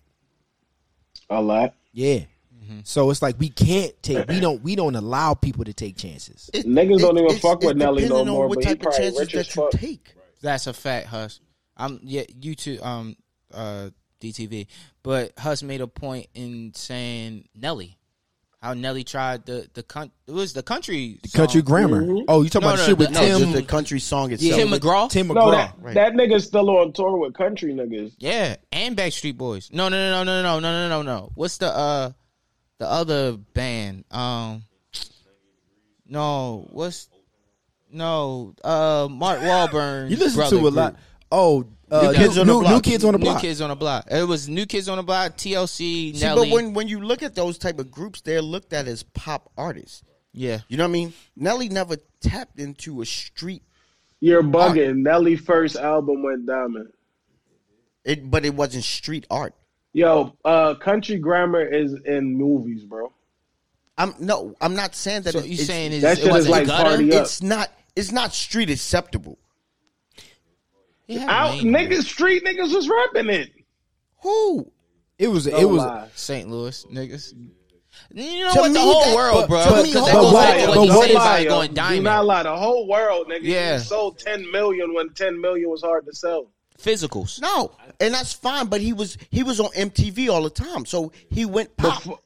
a lot.
Yeah.
Mm-hmm.
So it's like we can't take we don't we don't allow people to take chances.
It-
Niggas don't even
it's-
fuck
it's
with Nelly no
depending on
more,
What
but he
type of
probably
chances
rich as
that you
fuck.
take?
That's a fact, Hus. I'm yeah, you too, um uh DTV. But Hus made a point in saying Nelly. how Nelly tried the the con- it was the country song.
Country grammar. Oh, you talking
No,
about
no,
shit with
the-
Mm-hmm. No,
Tim?
just the country song itself.
Tim McGraw.
Tim McGraw.
No, that,
Right.
that nigga's still on tour with country niggas.
Yeah, and Backstreet Boys. No, no, no, no, no, no, no, no, no, no. What's the uh the other band? Um No, what's no, uh Mark Wahlberg.
you listen to a lot. Oh, uh,
New Kids
new,
on the
new-
Block.
new kids on the
New
block.
Kids on the Block. It was New Kids on the Block, TLC,
See,
Nelly.
but when when you look at those type of groups, they're looked at as pop artists.
yeah.
You know what I mean? Nelly never tapped into a street,
You're bugging. Nelly first album went diamond.
it, but it wasn't street art.
Yo, uh, country grammar is in movies, bro.
I'm no, I'm not saying that.
So
it-
you
it's,
saying
that
it's, it
shit is
wasn't
like
gutter?
party up.
it's not it's not street acceptable?
He had a
Out
name.
niggas, street niggas was rapping it.
Who?
It was.
No
It was.
lie.
St. Louis niggas. You know
To
what? The
me,
whole
that-
world,
but-
bro.
to me,
Because that
but
goes
what-
back to
but
what you
what
said
is-
about going
Do
diamond.
not lie. The whole world, nigga,
Yeah.
yeah. sold ten million when ten million was hard to sell.
Physicals.
No, and that's fine. But he was he was on MTV all the time, so he went pop.
Befo-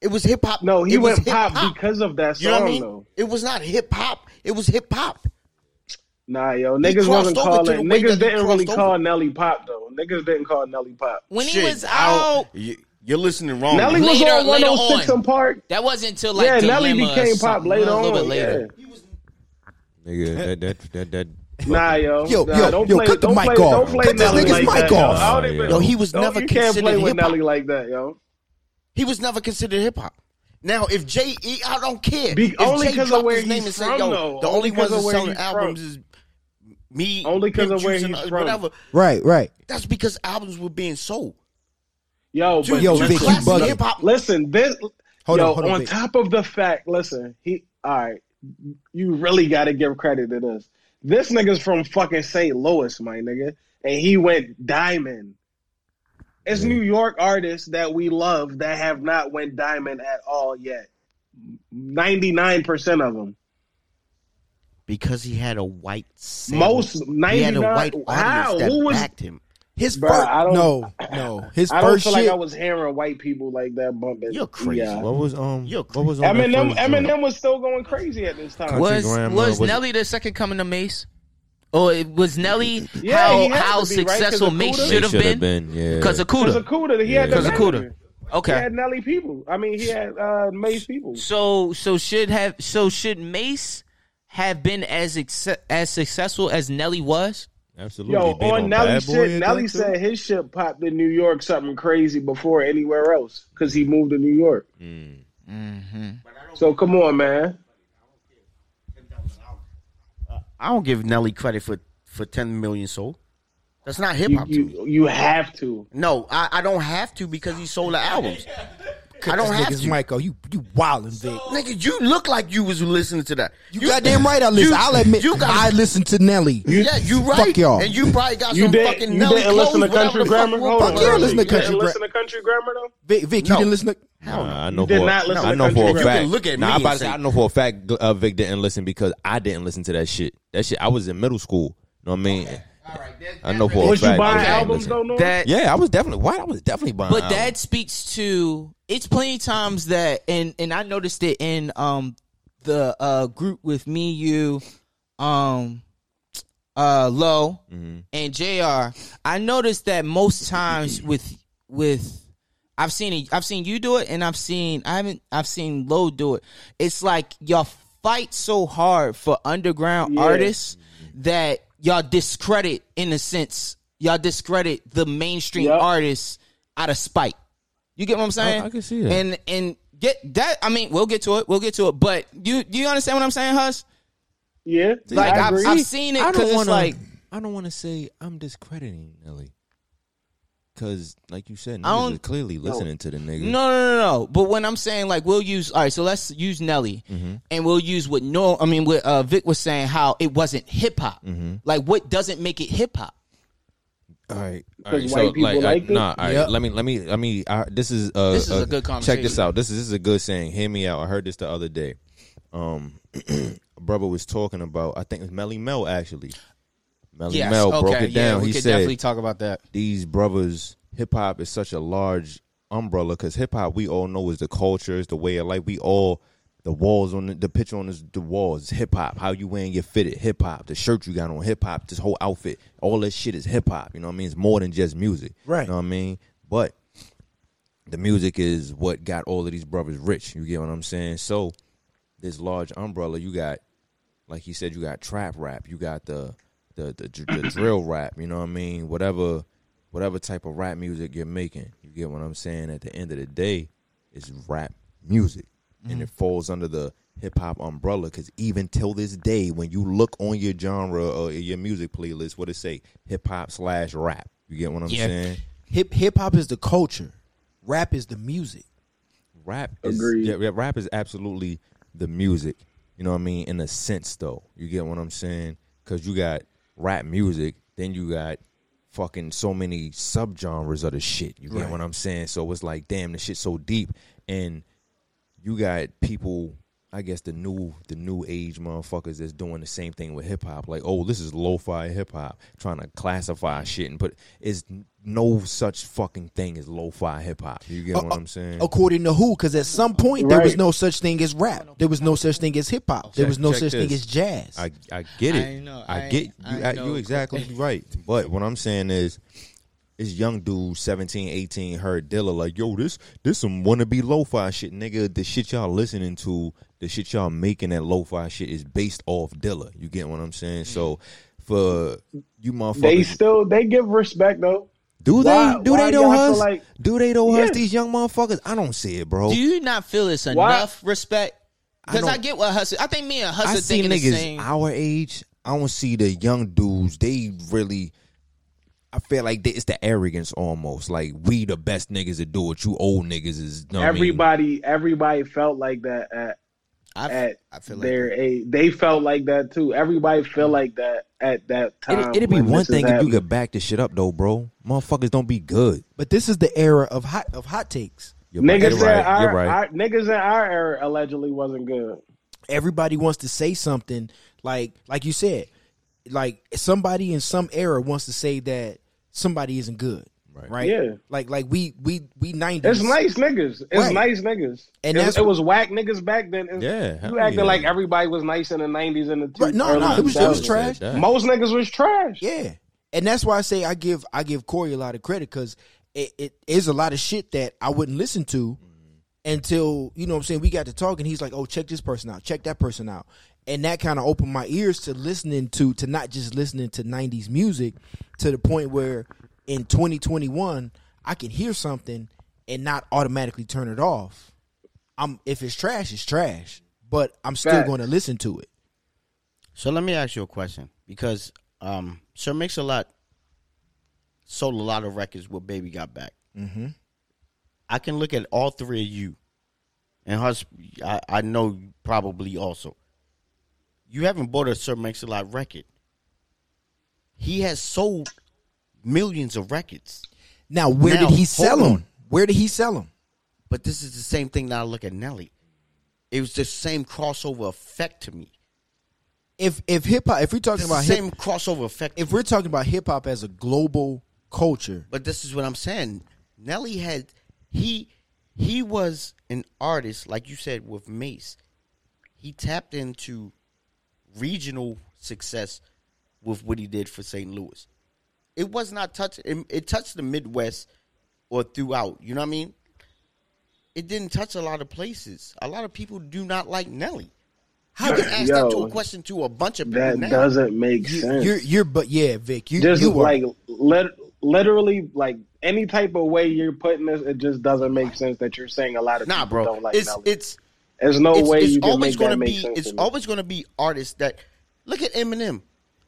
it was hip hop.
No, he
It was
went pop,
hip-hop.
because of that
you
song,
know what I mean.
though.
It was not hip hop. It was hip hop.
Nah, yo, niggas
crossed
wasn't
over to
calling.
the way
Niggas
that he
didn't really
crossed
call
over.
Nelly pop though. Niggas didn't call Nelly pop.
When
Shit,
he was
I don't-
out,
you, you're listening wrong.
Nelly was
Later-
on
later
106
on.
and Park.
That wasn't until like
yeah,
Dilemma
Nelly
or
became pop
something,
later
a
on.
little bit later.
yeah.
Nigga, that that that that.
Nah, yo,
Yo,
nah,
yo,
don't
yo,
play,
cut the
don't
mic
play,
off.
Don't play
Cut this
Nelly
nigga's
like
mic
that, yo.
off.
I don't even,
Yo, he was
don't-
never
You can't play
considered
with
hip-hop.
Nelly like that, yo.
He was never considered hip hop. Now, if Jay, E- I don't care.
Be-
If
only
Jay
'cause of
dropped
where
his name
he's
and said,
from,
"Yo,
though.
The only,
Only 'cause
ones that
of where
selling
he's
albums
from.
is me.
Only 'cause of
Pimp
where
Juice, and
he's
us,
from.
Whatever.
Right. Right.
That's because albums were being sold.
Yo, but
Yo,
just
Vic, you
listen-
bugging.
hip hop.
Listen, this.
Hold
yo,
on, hold on, Vic.
top of the fact, listen, he. All right, you really got to give credit to this. This nigga's from fucking St. Louis, my nigga, and he went diamond. It's New York artists that we love that have not went diamond at all yet. Ninety nine percent of them,
Because he had a white. Sale.
most
He
ninety
had a
nine.
white audience
How?
that
Who was?
backed him.
His
Bruh,
first.
I don't-
Oh,
No. Oh, No. His
I don't
first
feel like
shit.
I was hearing white people like that bumping.
You're crazy.
Yeah.
What was um?
Yo,
What was on that
Eminem,
first joint?
Eminem was still going crazy at this time.
Country
Was
Grammar,
uh, was,
was-
Nelly the second coming to Mace? Or it was Nelly
Yeah,
how
he had
how
to be, right? 'Cause
successful
of
Mace
Kuda?
should have
They shoulda
been
Yeah,
because of
Because of
Cuda.
Kuda, he had
Yeah.
the
'Cause
of Kuda.
manager. He
Okay,
had Nelly people. I mean, he had uh, Mace people.
so so should have so should Mace have been as exce- as successful as Nelly was?
absolutely.
Yo,
Being
on Nelly
Bad Boy
shit,
and
Nelly
that too?
said his shit popped in New York something crazy before anywhere else because he moved to New York.
Hmm.
Mm-hmm.
So come on, man.
I don't give Nelly credit for for 10 million sold. That's not hip
You,
hop to me.
you you have to.
No, I, I don't have to because he sold the albums. I <laughs> don't
this
have
nigga's
to.
mic off. You you wildin' Vic.
Nigga, you look like you was listening to that.
You, goddamn right. I listen.
you-
I'll admit.
you got-
I listen to Nelly.
yeah, you right.
Fuck y'all.
And you probably got
You
some
did.
fucking
You
Nelly
didn't listen to
clothes, whatever
country
the
grammar.
fuck
Hold on,
you
yeah,
want.
listen to
You didn't
country gra-
listen to country grammar though.
Vic, Vic,
No.
you didn't listen to.
Nah, I know
did
for
not
a,
listen
I
to
know
Country
for a
Grammar.
fact.
You can look at
nah,
me
I'm about
and
to say,
say-
I know for a fact uh, Vic didn't listen because I didn't listen to that shit. That shit, I was in middle school. You know what I mean? I know for a
Was
fact.
you buying
I didn't
albums
listen.
though? Norm?
That
Yeah, I was definitely. Why? I was definitely buying.
but
albums.
that speaks to it's plenty times that and and I noticed it in um the uh group with me you um uh low and jr i noticed that most <clears throat> times with with i've seen it i've seen you do it and i've seen i haven't i've seen low do it it's like y'all fight so hard for underground
Yeah.
artists that y'all discredit in a sense y'all discredit the mainstream
Yep.
artists out of spite you get what i'm saying
I can see that.
and and get that i mean we'll get to it we'll get to it but you you understand what i'm saying hus
yeah.
like
I
I've,
agree.
I've seen it
I
because
don't
it's
wanna,
like
I don't want to say I'm discrediting Nelly because, like you said,
I
niggas
don't-
is clearly listening to the nigga.
no, no, no, no. But when I'm saying like we'll use all right, so let's use Nelly,
Mm-hmm.
and we'll use what no, I mean what uh, Vic was saying how it wasn't hip hop.
Mm-hmm.
Like what doesn't make it hip hop?
All right, all
Because
right.
white
So
people
like,
like
I,
it?
nah. All right,
Yep.
let me, let me, let me. I, this is uh,
This is a
uh,
good
Check this out. This is this is a good saying. Hear me out. I heard this the other day. Um, <clears throat> a brother was talking about. I think it was Melly Mel actually. Melly
Yes,
Mel
okay,
broke it
yeah,
down.
we
he
could
said
definitely talk about that.
these brothers. Hip hop is such a large umbrella because hip hop we all know is the culture, is the way of life. We all the walls on the, the picture on this, the walls, hip hop. How you wearing your fitted, hip hop. The shirt you got on, hip hop. This whole outfit, all that shit is hip hop. You know what I mean? It's more than just music.
Right.
You know what I mean? But the music is what got all of these brothers rich. You get what I'm saying? So this large umbrella, you got like he said, you got trap rap, you got the the the, dr- the drill rap. You know what I mean? Whatever whatever type of rap music you're making, you get what I'm saying. At the end of the day, it's rap music, and it falls under the hip hop umbrella. Because even till this day, when you look on your genre or your music playlist, what it say? Hip hop slash rap. You get what I'm
Yeah.
saying?
Hip hip hop is the culture. Rap is the music.
rap is
Agreed.
yeah, yeah, rap is absolutely the music. You know what I mean? In a sense, though, you get what I'm saying? Because you got rap music, then you got fucking so many subgenres of the shit. You get what I'm saying? So it's like, damn, the shit's so deep, and you got people. I guess the new the new age motherfuckers that's doing the same thing with hip hop. Like, oh, this is lo-fi hip hop, trying to classify shit and put. It's no such fucking thing as lo-fi hip hop. You get what I'm saying?
According to who? Because at some point there was
Right.
no such thing as rap. There was no such thing as hip hop. There was no
Check-
such
check
thing
this.
as jazz.
I, I get it. I,
I know. I-
get you.
I
I-
know. <laughs>
You exactly right. But what I'm saying is, this young dude, 17, 18, heard Dilla like, yo, this this some wannabe lo-fi shit, nigga. The shit y'all listening to, the shit y'all making that lo-fi shit is based off Dilla. You get what I'm saying? So for you motherfuckers,
They still they give respect though.
do they
Why-
do
why
they know
y'all feel
us?
like-
do they know us?
Yeah.
These young motherfuckers, I don't see it, bro.
Do you not feel it's enough respect? Because
I
I,
don't-
get what Hustle. I think me and
I
Hustle
see
thinking the
niggas
same.
our age. I don't see the young dudes. They really. I feel like they, it's the arrogance almost. Like we the best niggas to do it. You old niggas is know what I mean?
everybody everybody felt like that at
I,
at
I feel like
their age. They felt like that too. Everybody felt like that at that time.
It, it'd be
when
one
this is
thing if you
happening.
could back this shit up though, bro. Motherfuckers don't be good.
but this is the era of hot of hot takes.
You're
Niggas
you're
in
right.
our,
you're right.
our- niggas in our era allegedly wasn't good.
Everybody wants to say something like like you said, like somebody in some era wants to say that somebody isn't good. Right.
Yeah.
Like like we we we nineties.
It's nice niggas. It's
Right.
nice niggas.
And
And it,
that's-
was- it was whack niggas back then. It's-
Yeah, hell
you acting
yeah.
like everybody was nice in the nineties and the two,
Right, no,
early
no, it was it was
2000s.
trash.
Yeah.
Most niggas was trash.
Yeah, and that's why I say I give I give Corey a lot of credit because it, it is a lot of shit that I wouldn't listen to until you know what I'm saying we got to talk and he's like, oh, check this person out, check that person out, and that kind of opened my ears to listening to to not just listening to '90s music to the point where in 2021 I can hear something and not automatically turn it off. I'm if it's trash, it's trash, but I'm still
Facts.
going to listen to it.
So let me ask you a question because um, Sir Mix a Lot sold a lot of records with Baby Got Back. Mm-hmm. I can look at all three of you, and Hus, I, I know you probably also. You haven't bought a Sir Mix a Lot record. He has sold millions of records,
Now, where
Now,
did he
hold
sell
on.
them? Where did he sell them?
but this is the same thing that I look at Nelly. It was the same crossover effect to me.
if if hip hop if we're talking
It's
about
the same
hip,
crossover effect.
if we're talking about hip hop as a global culture,
But this is what I'm saying. Nelly had he he was an artist, like you said, with Mace. He tapped into regional success with what he did for St. Louis. It was not touch it, it touched the Midwest or throughout. You know what I mean? It didn't touch a lot of places. A lot of people do not like Nelly. How you can ask that to
Yo,
a question to a bunch of people
That
now?
doesn't make
you,
sense.
you're you're but yeah, Vic, you
just
you are,
like lit literally like any type of way you're putting this, it just doesn't make sense that you're saying a lot of
nah,
people
bro.
don't like
it's
Nelly.
it's
There's no
it's,
way
it's
you can make
always going
that
to
make
be
sense.
it's
to me.
always going to be artists that look at Eminem.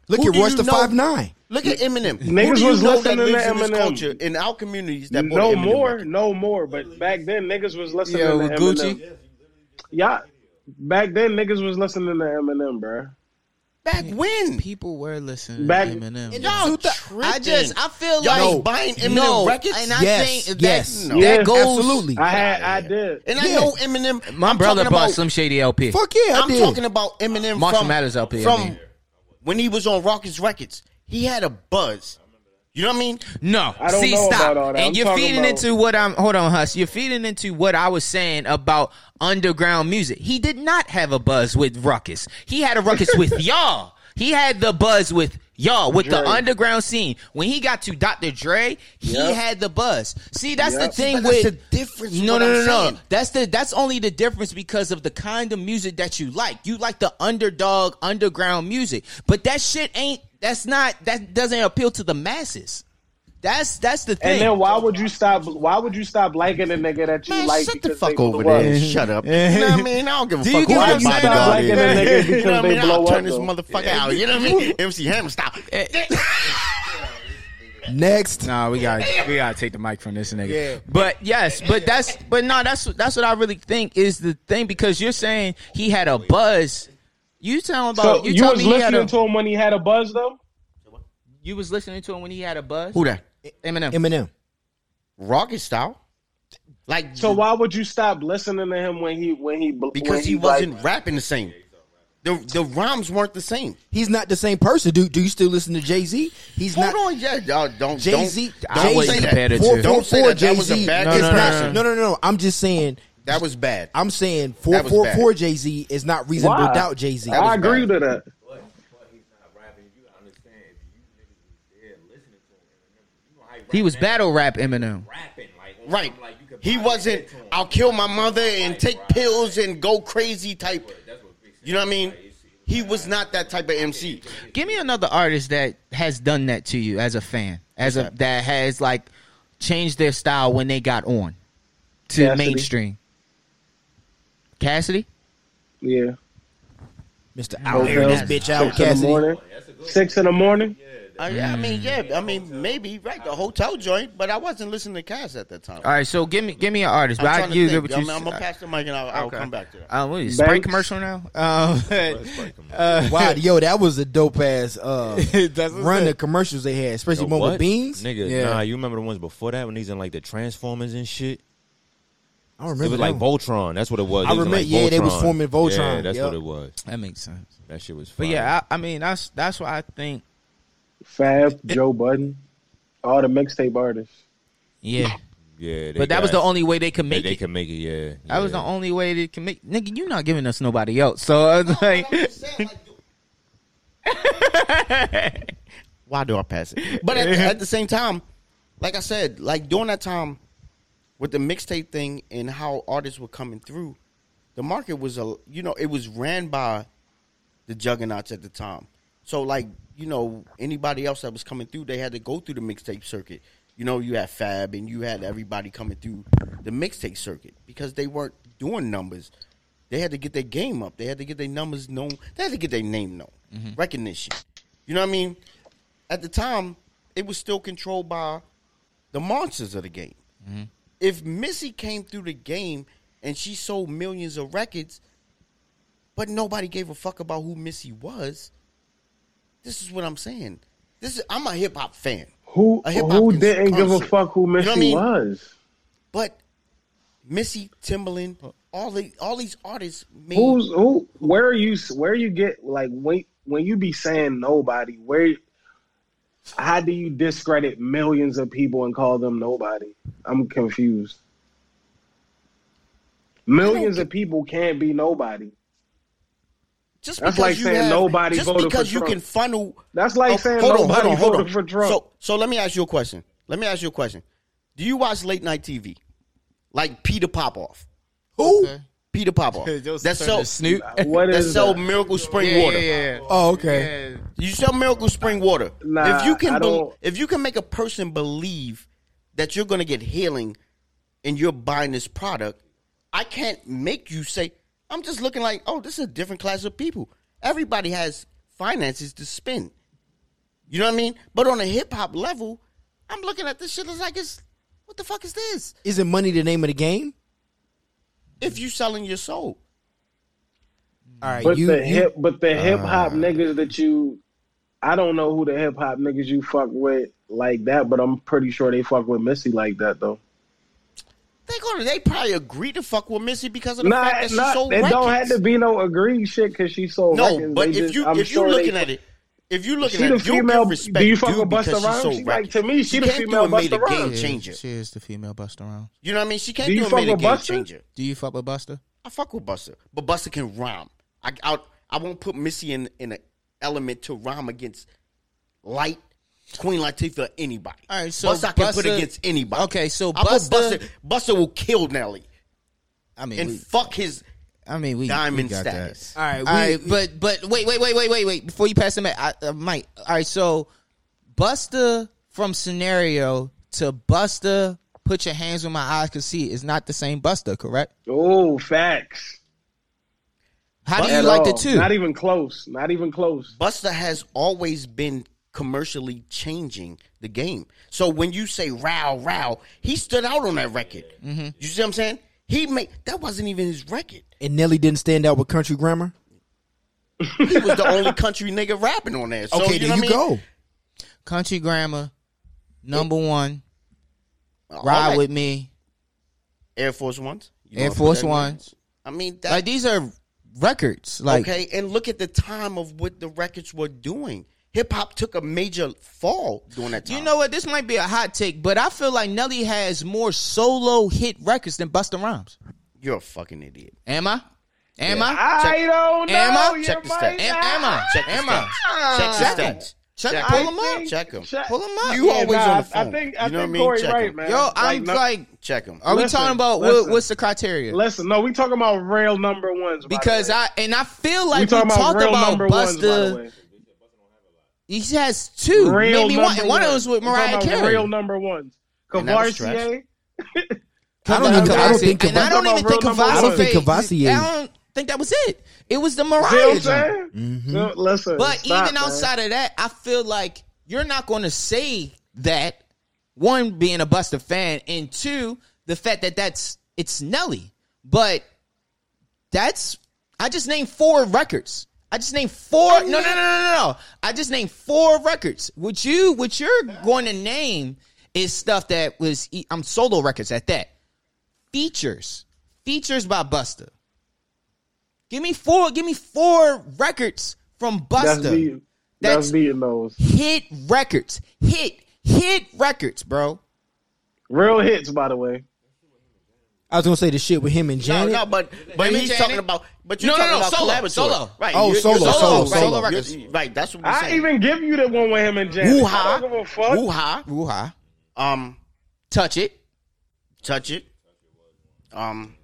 look
Who
at
do
Royce
you
the
know-
five nine.
Look at Eminem.
Niggas
Who do you
was
know
listening
that lives
to
in this
Eminem.
culture in our communities that bought
no
an Eminem
more,
record?
no more. But back then, niggas was listening
Yeah,
to
with
Eminem.
Gucci.
Yeah, back then, niggas was listening to Eminem, bro.
Back when
people were listening
Back-
to Eminem.
y'all
I just I feel
Y'all
like
ain't buying Eminem
no,
records?
and I
Yes,
think that,
yes.
that
Yeah,
goes
Absolutely,
I had, I did.
and I
Yeah.
know Eminem.
My
I'm
brother
talking
bought
about,
some shady LP.
fuck yeah, I
I'm
did.
talking about Eminem
Marshall
from
Mathers LP, I
from
mean.
when he was on Rockets Records. He had a buzz. You know what I mean?
No,
I don't
see,
know
stop.
about all that.
And
I'm
you're
talking
feeding
about-
into what I'm. Hold on, Huss. You're feeding into what I was saying about underground music. He did not have a buzz with Ruckus. He had a Ruckus
<laughs>
with y'all. He had the buzz with y'all with the
Dre.
underground scene. When he got to Dr. Dre, he had the buzz. See, that's
Yep.
the thing
But that's
with
the difference,
No,
what
no,
I'm
no, no.
saying.
That's the that's only the difference because of the kind of music that you like. You like the underdog underground music, but that shit ain't. That's not. That doesn't appeal to the masses. That's that's the thing.
And then why would you stop? Why would you stop liking a nigga that you
Man,
like?
shut the
because they
fuck over
blow up? <laughs>
there. Shut up. <laughs> You know what I mean? I don't give a
Do you
fuck.
get
who
what
my
I'm saying?
bodyguard
Like
is.
a nigga
<laughs>
because
You know what I
they
mean? I'll
blow
turn
up,
this
though.
motherfucker out. You know what I <laughs> mean? MC Hammer, stop.
Next.
Nah, we got to we gotta take the mic from this nigga. But yes, but that's but no, that's that's what I really think is the thing because you're saying he had a buzz. You tell about
So
you,
you,
tell
was
me he had
listening
a,
to him when he had a buzz though.
you was listening to him when he had a buzz.
Who that?
Eminem.
Eminem.
Rocket style. Like
So why would you stop listening to him when he when he when
Mm-hmm. because he
like-
wasn't rapping the same. The the rhymes weren't the same.
He's not the same person. Do do you still listen to Jay Z? He's
Hold
not.
on, yeah, y'all don't
Jay-Z-
Don't, don't
Jay-Z
say
compared
that.
it to-
Don't say that. That was a
Jay-Z
bad
is
comparison.
not, no, no, no, no. I'm just saying.
That was bad.
I'm saying
That
four
was
four
bad.
four Jay Z is not reason
Why?
to doubt Jay Z.
That was
I agree
bad.
to that.
He was battle rap Eminem.
Right. He wasn't. I'll kill my mother and take pills and go crazy type. You know what I mean? He was not that type of MC.
Give me another artist that has done that to you as a fan, as a that has like changed their style when they got on to
Cassidy.
mainstream. Cassidy.
Yeah,
Mr. Out here, this bitch out,
six in the
Cassidy.
morning. Six in the morning.
I, I mean,
Mm.
yeah. I mean, maybe right the hotel joint, but I wasn't listening to Cass at that time.
All right, so give me give me an artist. But
I'm
I
trying to
you
think.
what
I'm,
you-
I'm gonna pass the mic and I'll, I'll
Okay.
come back
<laughs>
to that.
Uh, what is it, Sprite
Banks?
commercial now? Um,
<laughs>
uh,
Wow, yo, that was a dope ass
<laughs>
uh,
That's what
run
I'm
the commercials they had, especially
Yo,
one
what?
with beans.
Nigga,
Yeah.
nah, you remember the ones before that when these in like the Transformers and shit?
I
It
don't remember.
was like
that one.
Voltron. That's what it was.
I
They was in,
remember- yeah, they was
Voltron.
forming Voltron,
Yeah, that's
yep.
what it was.
that makes sense.
That shit was.
But
fire.
yeah, I, I mean that's that's why I think
Fab, Joe Budden, all the mixtape artists.
yeah.
yeah. they
But that was the
got-
only way they could
they,
make
they
it.
could make it. Yeah,
That was
yeah.
the only way they could make. Nigga, you're not giving us nobody else. So I was like,
<laughs> why do I pass it? But at, at the same time, like I said, like during that time with the mixtape thing and how artists were coming through, the market was a you know it was ran by the juggernauts at the time. So like you know anybody else that was coming through, they had to go through the mixtape circuit. You know you had Fab and you had everybody coming through the mixtape circuit because they weren't doing numbers. They had to get their game up. They had to get their numbers known. They had to get their name known, recognition. You know what I mean? at the time, it was still controlled by the monsters of the game. If Missy came through the game and she sold millions of records, but nobody gave a fuck about who Missy was, this is what I'm saying. This is I'm a hip hop fan,
Who
A hip-hop
who
cons-
didn't give a
concert.
fuck who
You know
Missy
what I mean?
was?
but Missy Timbaland, all the all these artists made
Who's who? Where are you? Where you get like when when you be saying nobody? Where? How do you discredit millions of people and call them nobody? I'm confused. Millions of people can't be nobody.
just
That's
because
like
you
saying
have,
nobody
just
voted for
because you
Trump.
can funnel
That's like
Oh,
saying nobody voted for Trump.
So, so let me ask you a question. Let me ask you a question. Do you watch late night TV? Like Peter Popoff.
Who?
Peter
<laughs>
Popoff. that sell,
Snoop.
what
that
is
sell
that?
Miracle Spring
Yeah,
Water.
yeah,
Oh, okay.
yeah.
You sell Miracle Spring Water.
Nah,
if you can
I
bel-
don't-
if you can make a person believe that you're gonna get healing and you're buying this product, I can't make you say, I'm just looking like, oh, this is a different class of people. Everybody has finances to spend. You know what I mean? But on a hip hop level, I'm looking at this shit as like it's what the fuck is this?
Isn't money the name of the game?
If you selling your soul.
All right,
But
you,
the
you-
hip, but the hip hop niggas that you, I don't know who the hip hop niggas you fuck with like that, but I'm pretty sure they fuck with Missy like that though.
They gonna they probably agree to fuck with Missy because of the fact
Nah,
that she
nah
sold
it don't
records.
have to be no agreed shit because she sold
No,
records.
but
They
if
just-
you
I'm
if
sure
you're
they-
looking at it, if you look at
She
her,
the
you'll
female-
give respect.
do you fuck
due
with Busta
because she's
Rhymes?
So
She like,
reckless.
to me, she the
can't do
female
a made
Busta
a game
Rhymes.
changer.
She is the female Buster around.
You know what I mean? She can't
Do
do,
you
a
fuck
made a
with
game
Busta?
changer.
Do you fuck with Buster?
I fuck with Buster, but Buster can rhyme. I I, I won't put Missy in in an element to rhyme against Light, Queen Latifah, or anybody.
All right, so
Busta I can put
Busta-
against anybody.
Okay, so
I put
Busta-
Buster Buster will kill Nelly
I mean,
and
we,
fuck his.
I mean, we
Diamond
we got
status.
That. All right,
All
all
right,
right, but but wait, wait, wait, wait, wait, wait. Before you pass him, I, uh, Mike. All right, so Buster from scenario to Buster, put your hands where my eyes can see is not the same Buster, correct?
Oh, facts.
How do
At
you like the
all.
two?
Not even close. Not even close.
Buster has always been commercially changing the game. So when you say row row, he stood out on that record. You see what I'm saying? He made that wasn't even his record.
And Nelly didn't stand out with country grammar.
He was the only country nigga rapping on there. So,
Okay,
you
there
know
you
what I mean?
go.
Country grammar, number
Oh,
one.
All
Ride
that-
with me.
Air Force Ones. oh, You
Air
wanna put
Force
that in?
Ones.
I mean, that,
Like these are records. Like
okay, and look at the time of what the records were doing. Hip hop took a major fall during that time.
You know what? This might be a hot take, but I feel like Nelly has more solo hit records than Busta Rhymes.
you're a fucking idiot.
Am I? Am I?
I don't know.
Am I?
You
Check the
might
stats.
Am, am I?
Check the
am
stats.
I?
Check the
Check 'em.
stats.
Check-
Check
pull
'em.
'em up.
Check them.
Check-
Pull 'em up.
You
Yeah,
always
nah,
on
I-
the phone.
I think
you
I
know
think
what I mean?
Corey
Check
right,
'em.
man.
Yo, I'm
no-
like,
Check them.
are we
Listen,
talking about what,
listen.
what's the criteria?
Listen, no, we talking about real number ones. by the
Because
way.
I and I feel
we
like we,
talking about
talked
real
about
number ones. By the
Busta.
way.
He has two,
Real
maybe one.
number
And one of those with
We talking
Mariah
about
Carey.
Real number ones.
And that was trash.
Cavarcier.
I don't, even, I don't think
and I
Kavasi-
don't even think
Real number
Kavasi.
ones.
I don't think Kavasi
I don't think that was it. It was the Mariah.
See what I'm
joint.
saying? No, Listen,
But
stop,
even
man.
outside of that, I feel like you're not going to say that one being a Buster fan, and two the fact that that's it's Nelly. But that's I just named four records. I just named four.
Oh,
No, no, no, no, no, no. I just named four records. What you what you're going to name is stuff that was e, I'm solo records at that. Features, features by Buster. Give me four. Give me four records from
that's
Buster.
beating.
That's-
That's beating those
hit records. Hit hit records, bro.
real hits. By the way,
I was gonna say the shit with him and
No,
Janet.
no, but but
Him and
he's
Janet.
talking about but you're
No, no,
talking
no,
about
solo,
collaboratory.
solo.
right?
Oh,
you're-
solo,
you're-
solo,
right,
solo
you're-
records.
right? That's what we're
I
saying.
even give you the one with him and Janet.
Woo
I
ha,
don't give a fuck.
woo ha.
Ooh, hi.
Um,
Touch it.
touch it. Um,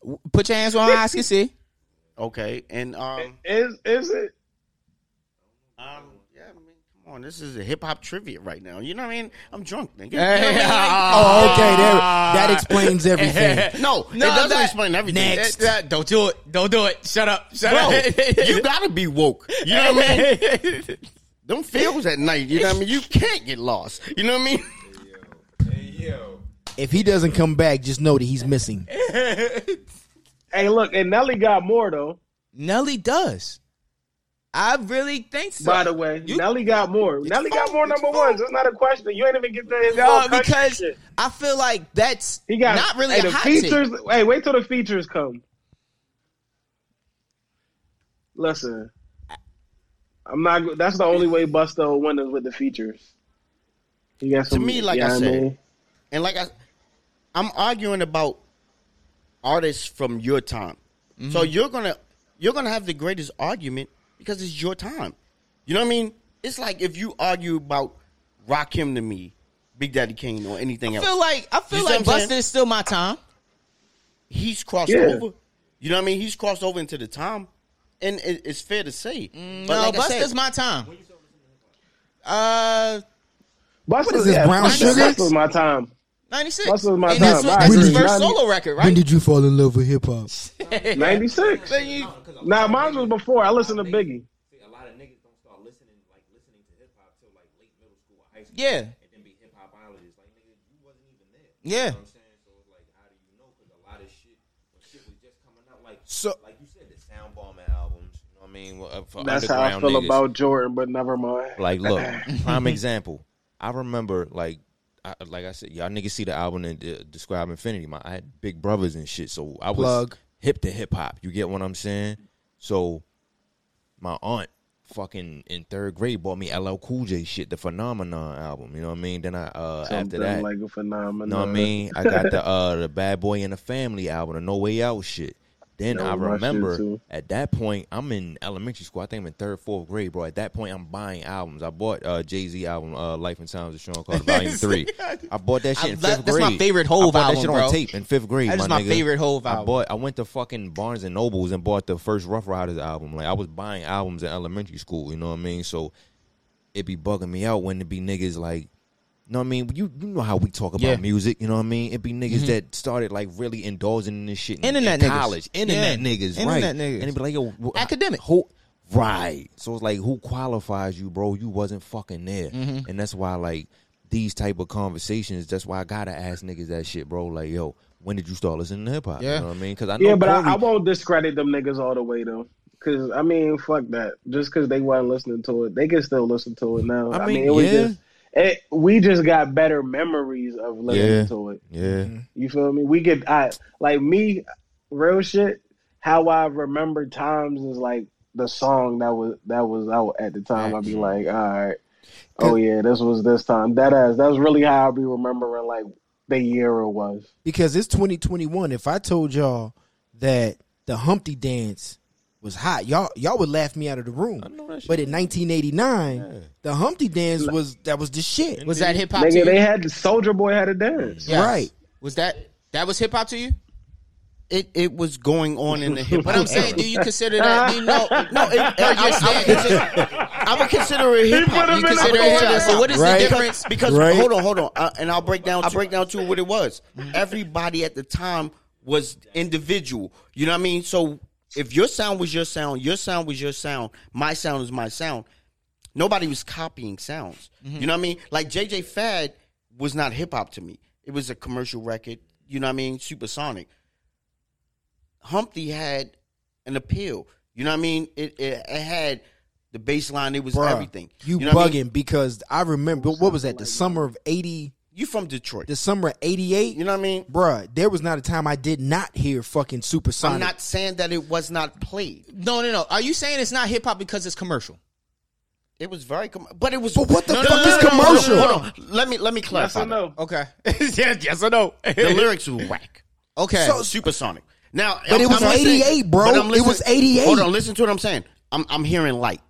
W- Put your hands on eyes can
<laughs>
see.
okay, and um,
Is is it?
um, yeah. I mean, come on, this is a hip hop trivia right now. You know what I mean? I'm drunk, nigga. You know what I mean?
<laughs>
Like-
Oh, okay, there,
Ah.
that explains everything.
<laughs> no, it doesn't explain everything.
Next.
That-
don't do it. Don't do it. Shut up. Shut
that-
<laughs>
<laughs>
bro, you gotta be woke. You know what I mean? Them feels at night. You know what I mean? You can't get lost. You know what I mean?
If he doesn't come back, just know that he's missing.
Hey, look, and Nelly got more though.
Nelly does. I really think so.
by the way,
you-
Nelly got more. Nelly got
fine,
more
it's
number
fine.
ones. It's not a question. You ain't even get to his
No,
whole country
because
shit.
I feel like that's
he got
not really
hey,
a
the
hot take.
features. Hey, wait till the features come. Listen, I'm not. go- That's the only way Busta will win is with the features. You got some,
me, like
you know
I
what
said,
mean?
And like I, I'm arguing about artists from your time. So
Mm-hmm.
you're gonna you're gonna have the greatest argument because it's your time. You know what I mean? It's like if you argue about Rock Him to Me, Big Daddy Kane, or anything
I
else.
feel like I feel
You see
like
what I'm saying?
Buster is still my time.
he's crossed
Yeah.
over. You know what I mean? He's crossed over into the time, and it, it's fair to say. but
No,
like I
Buster's
said,
my time. Uh,
Busta,
is this,
yeah,
brown
Busta-
sugar?
Busta's my time.
96.
Buster's my
and that's,
time.
what-
I
that's his
agree.
first
Ninety-
solo record,
When
right?
did you fall in love with hip hop?
Ninety six.
Then you-
Nah, mine was before. I listened to Biggie.
yeah. Yeah.
So
Like you said, the sound bombing albums. You know what I mean? Well, uh, for
That's how I
underground
feel
niggas.
about Jordan, but never mind.
Like, look, prime example. I remember, like, I, like I said, y'all niggas see the album and uh, describe Infinity. My, I had big brothers and shit, so I was
Plug.
hip to hip hop. You get what I'm saying? So, my aunt
fucking in third grade bought me LL Cool J shit, the Phenomenon album. You know what I mean? Then I uh after
Something
that,
like a phenomenon.
you know what I mean? I got the uh the Bad Boy and the Family album, the No Way Out shit. Then
That
I
was my shit,
remember
too.
at that point I'm in elementary school. I think I'm in third, fourth grade, bro. At that point I'm buying albums. I bought uh Jay Z album, uh Life and Times of Sean
<laughs>
Carter, Volume Three. I bought that shit.
I
in
love-
fifth
that's
grade.
my favorite Hove
I bought
album,
that shit
bro.
on tape in fifth grade.
That is my
nigga.
favorite Hove
I
album.
bought. I went to fucking Barnes and Nobles and bought the first Rough Riders album. Like I was buying albums in elementary school. You know what I mean? So it be bugging me out when it be niggas like you know what I mean? You you know how we talk about
Yeah. Mm-hmm.
music, you know what I mean? It be niggas that started like really indulging in this shit in,
Internet
in
niggas.
college. Internet
Yeah.
niggas,
Internet
right.
niggas.
And it be like, yo, wh-
Academic.
Who right. So it's like who qualifies you, bro? You wasn't fucking there.
Mm-hmm.
And that's why like these type of conversations, that's why I gotta ask niggas that shit, bro. Like, yo, when did you start listening to hip hop?
Yeah.
You know what I mean? Cause I know
Yeah, but I, I
Corey-
won't discredit them niggas all the way though. Cause I mean, fuck that. Just cause they weren't listening to it, they can still listen to it now.
I
I mean,
mean,
it was
yeah.
just it, we just got better memories of listening
Yeah.
to it.
Yeah.
You feel me? We could I like me, real shit. How I remember times is like the song that was that was out at the time. I'd be like, all right, oh yeah, this was this time. That ass. That's really how I be remembering like the year it was.
<laughs> because it's 2021. If I told y'all that the Humpty Dance was hot, y'all y'all would laugh me out of the room. But in 1989, the Humpty Dance was that was the shit.
Was that hip hop to
Nigga, they
you?
had Soldier Boy had a dance.
Yes.
Right.
Was that that was hip hop to you?
It it was going on in the
<laughs>
hip
But I'm
hop.
saying, do you consider that? Do you
<laughs>
know?
No, it,
I
I, I,
understand. It's just-
I would consider it hip hop.
You consider it hip hop. So what is
Right.
the difference?
Because
Right.
hold on, hold on, uh, and I'll break down. I'll break down to what it was. Everybody at the time was individual. You know what I mean? So if your sound was your sound, your sound was your sound, my sound is my sound. Nobody was copying sounds. You know what I mean? Like JJ Fad was not hip hop to me. It was a commercial record. You know what I mean? Supersonic. Humpty had an appeal. You know what I mean? It it, it had the bass line. It was
Bruh,
everything.
You,
know what I
bugging
mean?
because I remember what was that? The summer of 80,
You from Detroit?
the summer of 88.
You know what I mean?
Bruh, there was not a time I did not hear fucking Supersonic.
I'm not saying that it was not played.
No, no, no. Are you saying it's not hip hop because it's commercial?
It was very, com- but it was.
But what the
No,
fuck
no, no,
is
no, no, no,
commercial?
Hold on, let me let me
Yes
clarify.
or no?
Okay. <laughs> yes, yes
<laughs>
or no?
that. The lyrics were whack.
Okay.
So supersonic. Now,
But it was
listening-
88, bro.
but I'm
It
listening-
was 88.
Hold on, listen to what I'm saying. I'm I'm hearing light.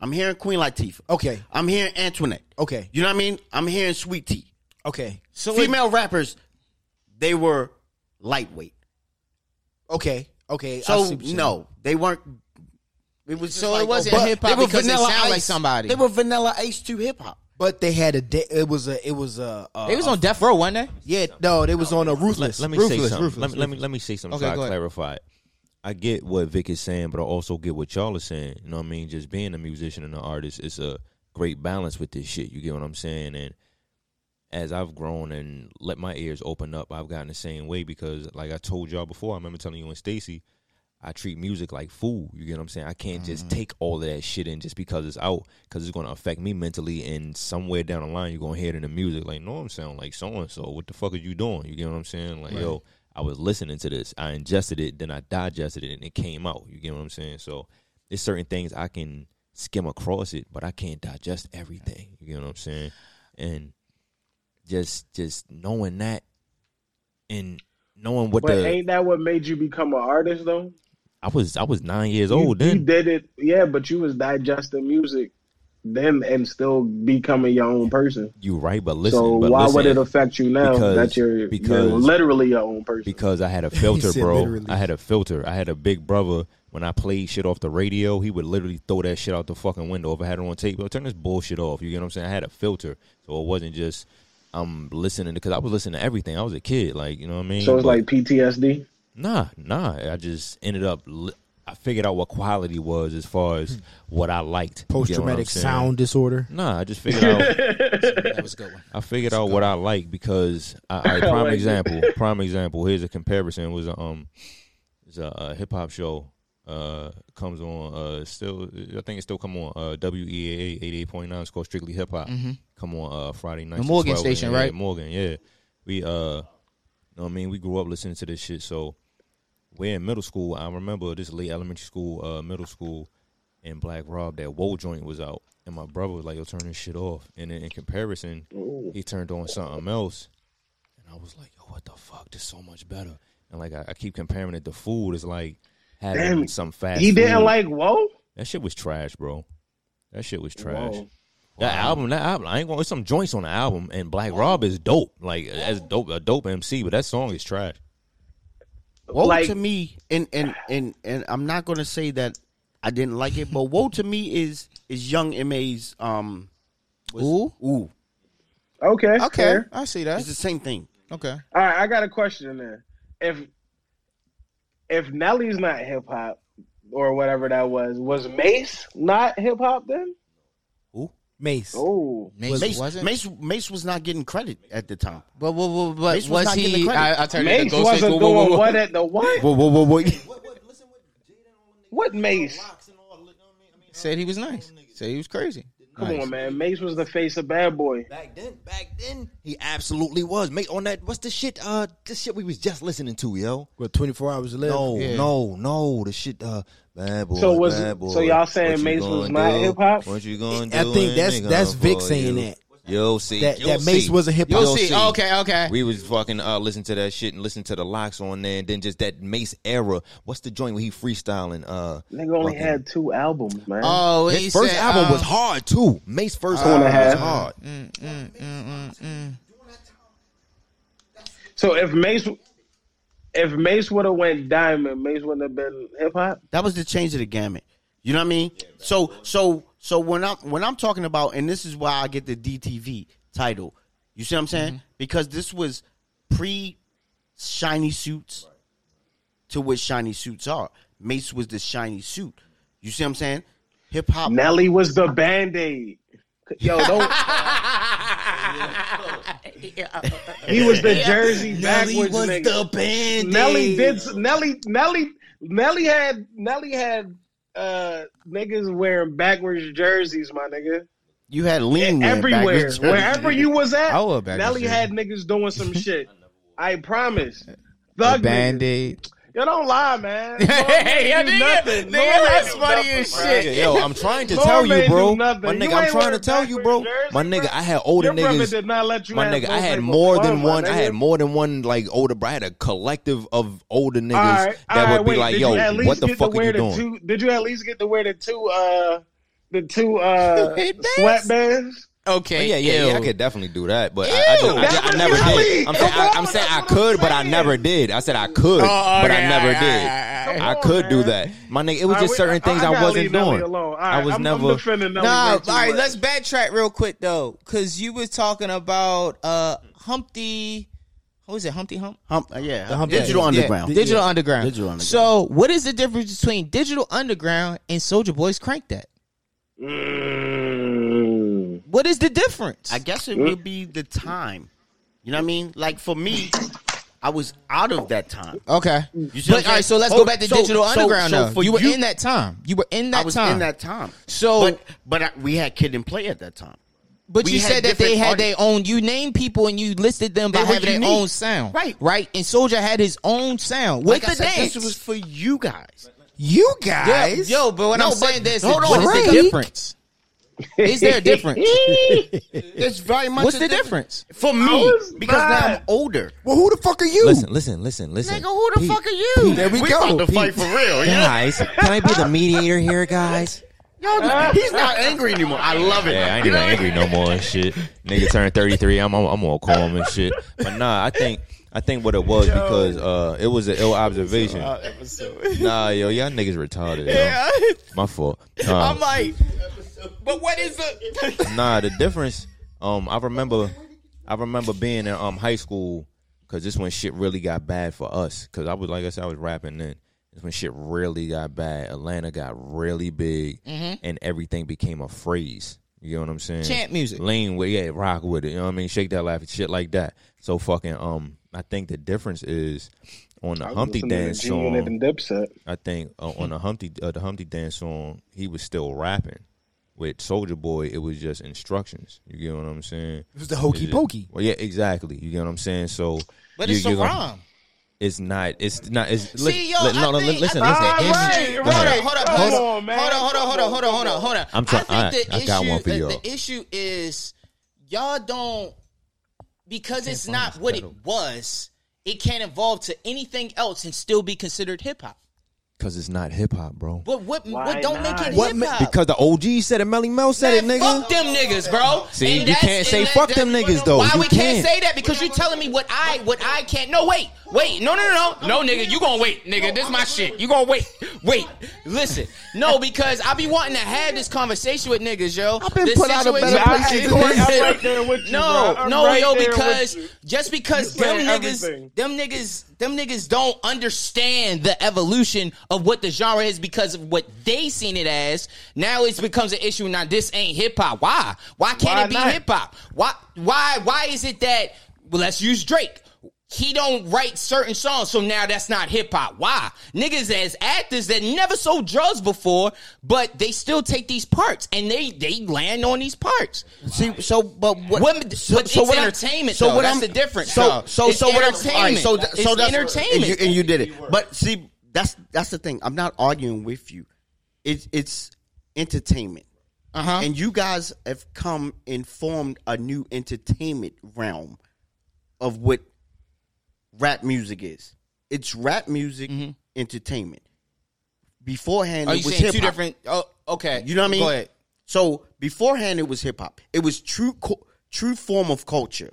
I'm hearing Queen Latifah.
Okay.
I'm hearing Antoinette.
Okay.
You know what I mean? I'm hearing Sweet Tea.
Okay.
So it-
Female rappers, they were lightweight.
Okay. Okay. I see
So
what you're saying.
no, they weren't. It was
So
just
it
like,
wasn't
oh, but-
hip-hop
they were
because it
Vanilla
sound like
Ice.
somebody.
They were Vanilla Ice to hip hop.
But they had a. De- it was a. It was a. a
They was on death row, wasn't they?
Yeah. No, they was on a ruthless.
Let me say
Ruthless,
something.
ruthless,
let, me, let me let me say something
Okay,
so I
go ahead.
clarify. it. I get what Vic is saying, but I also get what y'all are saying. You know what I mean? Just being a musician and an artist, it's a great balance with this shit. You get what I'm saying? And as I've grown and let my ears open up, I've gotten the same way because, like I told y'all before, I remember telling you and Stacy, I treat music like food. You get what I'm saying? I can't
Mm.
just take all of that shit in just because it's out because it's going to affect me mentally. And somewhere down the line, you're going to hear it in the music like, no, I'm sound like so and so. What the fuck are you doing? You get what I'm saying? Like, yo, I was listening to this. I ingested it, then I digested it, and it came out. You get what I'm saying? So there's certain things I can skim across it, but I can't digest everything. You get what I'm saying? And just just knowing that and knowing what
But
the
ain't that what made you become an artist though?
I was I was nine years
You-
old
you,
Oh, then.
did it, yeah. But you was digesting music then and still becoming your own person.
You right, but listen.
so
but
why
listen,
would it affect you now
Because-
that you're,
because-
you're literally your own person?
Because I had
<laughs>
a filter,
said
bro.
literally.
I had a filter. I had a big brother. When I played shit off the radio, he would literally throw that shit out the fucking window. If I had it on tape, yo, turn this bullshit off. You get what I'm saying? I had a filter, so it wasn't just I'm listening because I was listening to everything. I was a kid, like you know what I mean.
so it's
But-
like PTSD.
Nah, nah. I just ended up. Li- I figured out what quality was as far as what I liked. You get what I'm
Post traumatic
saying?
Hmm. sound disorder.
Nah, I just figured
<laughs>
out.
That was a good one.
I figured out what I like because I,
<laughs>
I prime example. Prime example. Here's a comparison. It was a um, it's a, a hip hop show. Uh, comes on. Uh, still, I think it still come on. Uh, WEAA eighty eight point nine. It's called Strictly Hip Hop. Come on. Uh, Friday night.
Mm-hmm. Morgan station, right?
Morgan. Yeah. We uh, know what I mean, we grew up listening to this shit. So we're in middle school. I remember this late elementary school, uh, middle school, and Black Rob, that woe joint was out. And my brother was like, yo, turn this shit off. And then in comparison, he turned on something else. And I was like, yo, what the fuck? This is so much better. And like, I, I keep comparing it to food. It's like having
Damn,
some fast
He didn't
food.
like whoa.
That shit was trash, bro. That shit was trash.
Whoa.
That album, that album, I ain't going. There's some joints on the album, and Black Rob is dope. Like that's dope, a dope MC, but that song is trash.
Woe
Like-
to me, and and and and I'm not gonna say that I didn't like it, but woe to me is is Young Ma's um
Ooh.
ooh.
Okay.
Okay.
fair.
I see
It's
that.
the same thing.
Okay.
All right, I got a question then. If if Nelly's not hip hop or whatever that was, was Mace not hip hop then?
Mace.
Oh,
Mace,
Mace,
wasn't.
Mace Mace was not getting credit at the time.
but but, but, but
Mace was
was,
not getting the
he?
credit.
I, I turned
Mace
into Ghostface.
wasn't
Whoa,
doing
whoa, whoa.
what at the what?
Whoa, whoa, whoa, wait.
What Mace?
Said he was nice. Said he was crazy.
Come
Nice.
on, man. Mace was the face of Bad Boy.
Back then, back then, he absolutely was. Mate, on that, what's the shit? Uh, the shit we was just listening to, yo.
With 24 hours to live.
No,
Yeah.
no, no, the shit. Uh, bad boy.
So was-
bad boy.
so y'all saying
What you
Mace was
gonna
not
do?
hip-hop?
What you gonna do?
I think
Ain't
that's
nigga
that's Vic
for
saying
you.
that.
Yo, see
That-
yo,
that Mace
see.
wasn't hip-hop.
You'll
Yo,
see. Okay. Okay.
We was fucking uh, listen to that shit and listen to the locks on there, and then just that Mace era. What's the joint where he freestyling? Uh,
Nigga only
fucking-
had two albums, man.
oh, he
his first
said,
album
um,
uh,
was hard too. Mace first
Two and a
album was
half.
hard.
so if Mace, if Mace would have went Diamond, Mace wouldn't have been hip hop.
That was the change of the gamut. You know what I mean? so so so when I'm when I'm talking about, and this is why I get the DTV title. You see what I'm saying? Because this was pre shiny suits to what shiny suits are. Mace was the shiny suit. You see what I'm saying? Hip hop.
Nelly was the band aid.
<laughs>
Yo, don't. he was the Jersey backwards nigga.
band.
Nelly did Nelly Nelly Nelly had Nelly had uh niggas wearing backwards jerseys, my nigga.
You had lean man
Everywhere,
backwards.
wherever you was at,
I wore a backwards
Nelly
jersey.
had niggas
<laughs>
doing some shit. I promise. Thug
Band
niggas.
Aid.
Yo, don't
<laughs>
lie, man.
Hey, yo,
Norman do
nigga,
nothing.
nigga,
Norman
that's
do
funny
nothing,
as
bro.
shit.
Yo, I'm trying to
Lord
tell
made
you,
do
bro. My
nothing. You
nigga,
ain't
I'm trying to
wearing
tell you, bro.
backwards
My
jersey,
nigga,
bro.
I had older
Your brother
niggas.
did not let you
My
have
nigga,
no
I had
type of
more
fun,
than
my
one. I
nigga.
had more than one like older. Bro. I had a collective of older niggas
All right, all
that
right,
would be
wait,
like,
did
"Yo,
you at least
what the
get to
fuck are
wear
you
the
doing?"
Two, did you at least get to wear the two uh the
<laughs>
two uh
Headbands?
sweatbands?
Okay.
Oh, yeah, yeah, yeah, I
ew.
could definitely do that, but I, I, don't- I,
That
I
was
never
Nelly.
did. I'm saying, I,
Come on,
am saying I
that's what I'm
could, but I
saying.
never did. I said I could,
Oh,
but
okay,
I never
all right,
did.
all right,
all right.
I could do
Come on,
that. My nigga, it was
All
just
right,
certain things I,
gotta
wasn't
leave Nelly
doing.
alone. All
I
right,
was
I'm,
never.
I'm defending Nelly
Nah,
way
all
too
right,
much.
let's backtrack real quick though, because you was talking about uh Humpty. Who is it? Humpty Hump.
Hump, uh, yeah,
Yeah,
digital
yeah,
underground.
yeah. Digital underground.
Digital Underground.
So, what is the difference between digital underground and Soldier Boys? Crank that.
Mm.
What is the difference?
I guess it would be the time. You know what I mean? Like for me, I was out of that time.
okay.
You see
But
what I'm
all
saying?
right, so let's
Oh,
go back to
so-
digital
so-
underground.
so
though.
for
you were
you-
in that time. You were in that
I was
time.
in that time.
So-
but but I, we had Kid and Play at that time.
But
We
you
had
said that they
different
had
arti-
their own. You named people and you listed them by
They were
having their
unique.
own sound,
Right.
Right. And Soldier had his own sound with
Like I
the
said,
dance.
this was for you guys.
you guys, yo. But what
No,
I'm
but-
saying there's
hold on,
what is the
Drake.
difference?
<laughs>
Is there a difference?
It's very much.
What's
a
the
diff-
difference?
for me?
was
Because now
mad.
I'm older.
Well, who the fuck are you?
Listen, listen, listen, listen.
Nigga, who the fuck are you?
There we
we
go.
About to fight for real. You know?
Guys, can I be the mediator here, guys?
Yo, he's not angry anymore. I love it.
Yeah, I ain't even angry no more and shit. Nigga turned 33. I'm, I'm I'm all calm and shit. But nah, I think I think what it was because uh it was an ill observation. Nah, yo, y'all niggas retarded. Yo. My
<laughs>
fault. Nah,
like, but what is the?
<laughs> nah, the difference. Um, I remember, I remember being in um high school because this when shit really got bad for us. Because I was like I said, I was rapping then. It's when shit really got bad. Atlanta got really big,
Mm-hmm.
and everything became a phrase. You know what I'm saying?
Chant music.
lean with yeah, rock with it. You know what I mean? Shake that laugh, shit like that. So fucking um, I think the difference is on the Humpty
Listening to
Dance
G Unit
song.
and Dipset.
I think uh, on the Humpty uh, the Humpty Dance song, he was still rapping. With Soldier Boy, it was just instructions. You get what I'm saying?
It was the hokey
Is it-
pokey.
Well, yeah, exactly. You get what I'm saying? So,
But
you-
it's a
you gonna-
rhyme.
It's not. It's not. It's, See,
See, yo,
no, no,
I think,
listen.
I
listen.
think-
It's-
Right,
listen.
right.
Hold up,
Come
hold up,
on, man.
hold up, hold up, hold up, hold up, hold up.
I'm trying-
I, think
I-
the
I got
issue,
one for
the-
y'all.
The issue is y'all don't because it's not what it was. It can't evolve to anything else and still be considered hip hop.
Because it's not hip hop, bro.
But what?
Why
what don't
not?
make it
What
hip
ma-
hop?
Because the OG said it, Melly Mel said
Man,
it, nigga.
Fuck them niggas, bro.
See, you
that's-
can't say
and
fuck them niggas, though.
Why
You
we can't.
can't.
say that? Because you're telling me what I what I can't. No, wait, wait. No, no, no, no, no, nigga. You gonna wait, nigga? This my shit. You gonna wait? Wait. Listen, no, because I be wanting to have this conversation with niggas, yo.
I've been
This
put out of
situation-
better places.
I'm right there with you,
No,
bro. I'm
no,
right
yo,
there with
because
you.
just because
You
them
saying
niggas,
everything.
them niggas, them niggas don't understand the evolution of what the genre is because of what they seen it as. Now it becomes an issue. Now this ain't hip hop. Why? Why can't
Why
it be
not?
hip hop? Why? Why? Why is it that? Well, let's use Drake. He don't write certain songs, so now that's not hip hop. Why? Niggas as actors that never sold drugs before, but they still take these parts and they they land on these parts.
See, so but what?
What- but it's
I-
entertainment, though. That's the difference,
So
though.
so
It's
so what? I'm-
entertainment.
all right, so th- so
It's
that's
entertainment.
And you, and you did it, but see, that's that's the thing. I'm not arguing with you. It's it's entertainment,
Uh-huh.
and you guys have come and formed a new entertainment realm of what rap music is. It's rap music entertainment. Beforehand,
Are
it
Mm-hmm. Oh, you
was
saying two
hip-hop.
different? Oh, okay.
You know what I mean?
Go ahead.
So beforehand, it was hip hop. It was true, cu- true form of culture.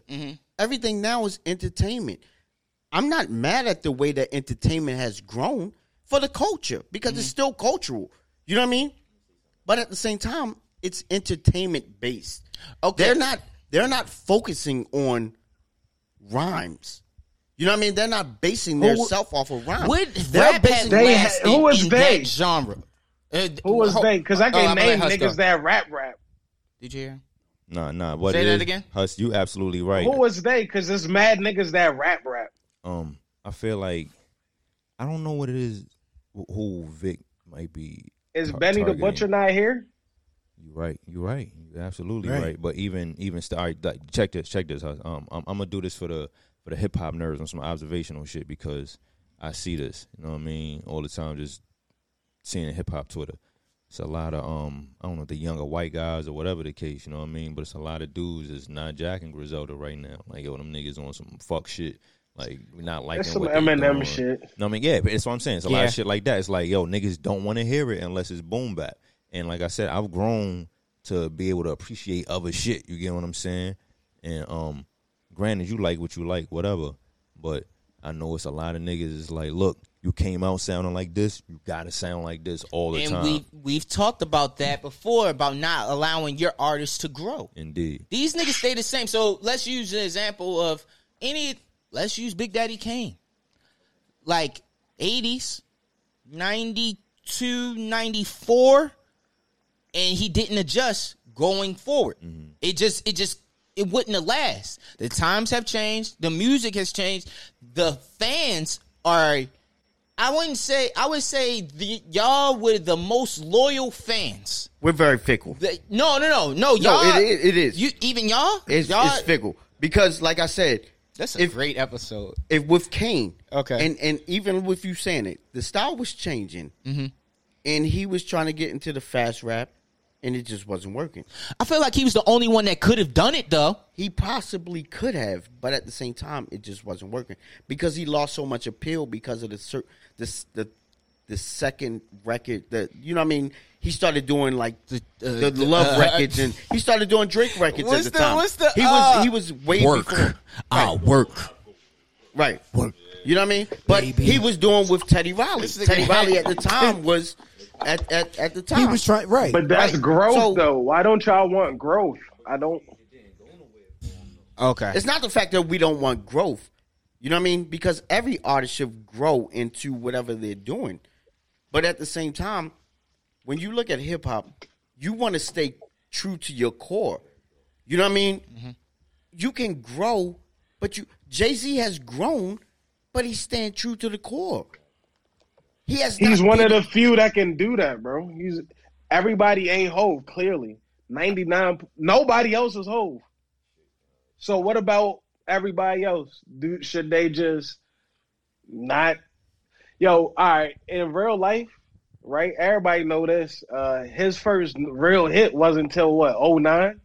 Everything now is entertainment. I'm not mad at the way that entertainment has grown for the culture because it's still cultural. You know what I mean? But at the same time, it's entertainment based.
Okay.
They're not. They're not focusing on rhymes. You know what I mean? They're not basing their self off of rhymes.
Would
They're
rap has
basing-
They-
lasted
who was
in
they?
that genre? Uh,
Who was
hold-
they? Because I
Oh,
can
I'm gonna let
name
Hus go.
niggas that rap rap.
Did you hear?
Nah, nah. What
Say
it
that
is-
again?
Hus, you absolutely right.
Who was they? Because it's mad niggas that rap rap.
um, I feel like I don't know what it is. wh- Who Vic might be?
Is
tar-
Benny the
targeting.
Butcher not here?
You right. You right. You absolutely
Right.
right. But even even st- all right, like, check this. Check this. Hus. Um, I'm, I'm gonna do this for the for the hip hop nerds on some observational shit because I see this. You know what I mean? All the time, just seeing hip hop Twitter. It's a lot of um, I don't know the younger white guys or whatever the case. You know what I mean? But it's a lot of dudes that's not jacking Griselda right now. Like yo, them niggas on some fuck shit. Like not liking
That's some
what they
Eminem
doing.
shit.
No, I mean, yeah, but it's what I'm saying. It's a lot
Yeah.
of shit like that. It's like, yo, niggas don't want to hear it unless it's boom bap. And like I said, I've grown to be able to appreciate other shit. You get what I'm saying? And um, granted, you like what you like, whatever. But I know it's a lot of niggas. It's like, look, you came out sounding like this. You gotta sound like this all the
And
time.
we we've talked about that before about not allowing your artists to grow.
Indeed.
These niggas stay the same. So let's use an example of any. Let's use Big Daddy Kane. Like 80s, 92, 94, and he didn't adjust going forward.
Mm-hmm.
It just, it just, it wouldn't have last. The times have changed. The music has changed. The fans are. I wouldn't say. I would say the y'all were the most loyal fans.
We're very fickle.
The- no, no, no, no.
No,
Y'all,
it, it, it is.
you even y'all?
It's,
y'all
it's fickle because, like I said,
that's
if-
great episode.
if with Kane,
Okay.
and and even with you saying it, the style was changing,
Mm-hmm.
and he was trying to get into the fast rap, and it just wasn't working.
I feel like he was the only one that could have done it though.
He possibly could have, but at the same time, it just wasn't working because he lost so much appeal because of the cer- the s- the, the second record that you know what I mean. He started doing like the, the, love
uh,
records, and he started doing Drake records
What's
at the,
the-
time.
what's the,
he
uh,
was he was way before.
I'll work.
Right. You know what I mean? But he was doing with Teddy Riley.
This nigga-
Teddy Riley at the
<laughs>
time was at at, at the time.
He was trying right.
But that's
Right.
growth,
So-
though. Why don't y'all want growth? I don't.
Okay.
it's not the fact that we don't want growth. You know what I mean? Because every artist should grow into whatever they're doing. But at the same time, when you look at hip hop, you want to stay true to your core. You know what I mean?
Mm-hmm.
You can grow, but you Jay Z has grown, but he's staying true to the core. He has.
He's
not
one of
been-
the few that can do that, bro. He's everybody ain't Hove clearly. Ninety nine. Nobody else is Hove. So what about everybody else? Do should they just Not yo, all right. In real life, right? Everybody know this. Uh his first real hit wasn't until what, 09?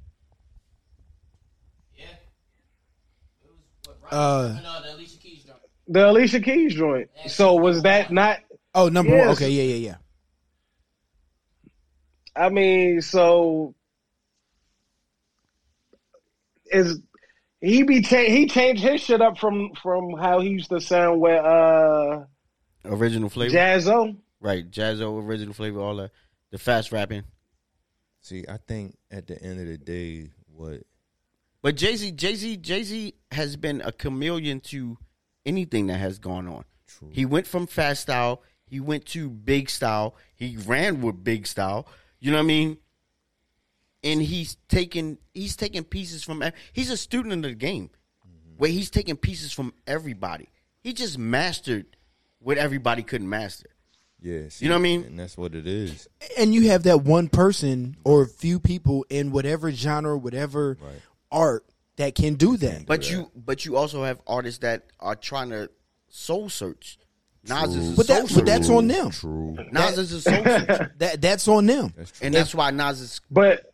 Uh,
No, the Alicia Keys joint.
The Alicia Keys joint. So was that not
oh, number one.
Yes.
Okay, yeah, yeah, yeah.
I mean, so is he be cha- he changed his shit up from from how he used to sound with uh
Original flavor,
Jazzo.
right? Jazzo, original flavor, all that. The fast rapping,
See, I think at the end of the day, what
but Jay Z, Jay Z, Jay Z has been a chameleon to anything that has gone on.
True.
He went from fast style, he went to big style, he ran with big style. You know what I mean? And he's taking he's taking pieces from. ev- He's a student of the game, where he's taking pieces from everybody. He just mastered what everybody couldn't master.
Yeah, see,
know what I mean?
And that's what it is.
and you have that one person or a few people in whatever genre, whatever art that can do that.
But you but you also have artists that are trying to soul search. Nas is a
But
soul
that- but
searcher.
that's on them.
True.
Nas is a soul
<laughs>
searcher,
That that's on them.
and that's why Nas is
But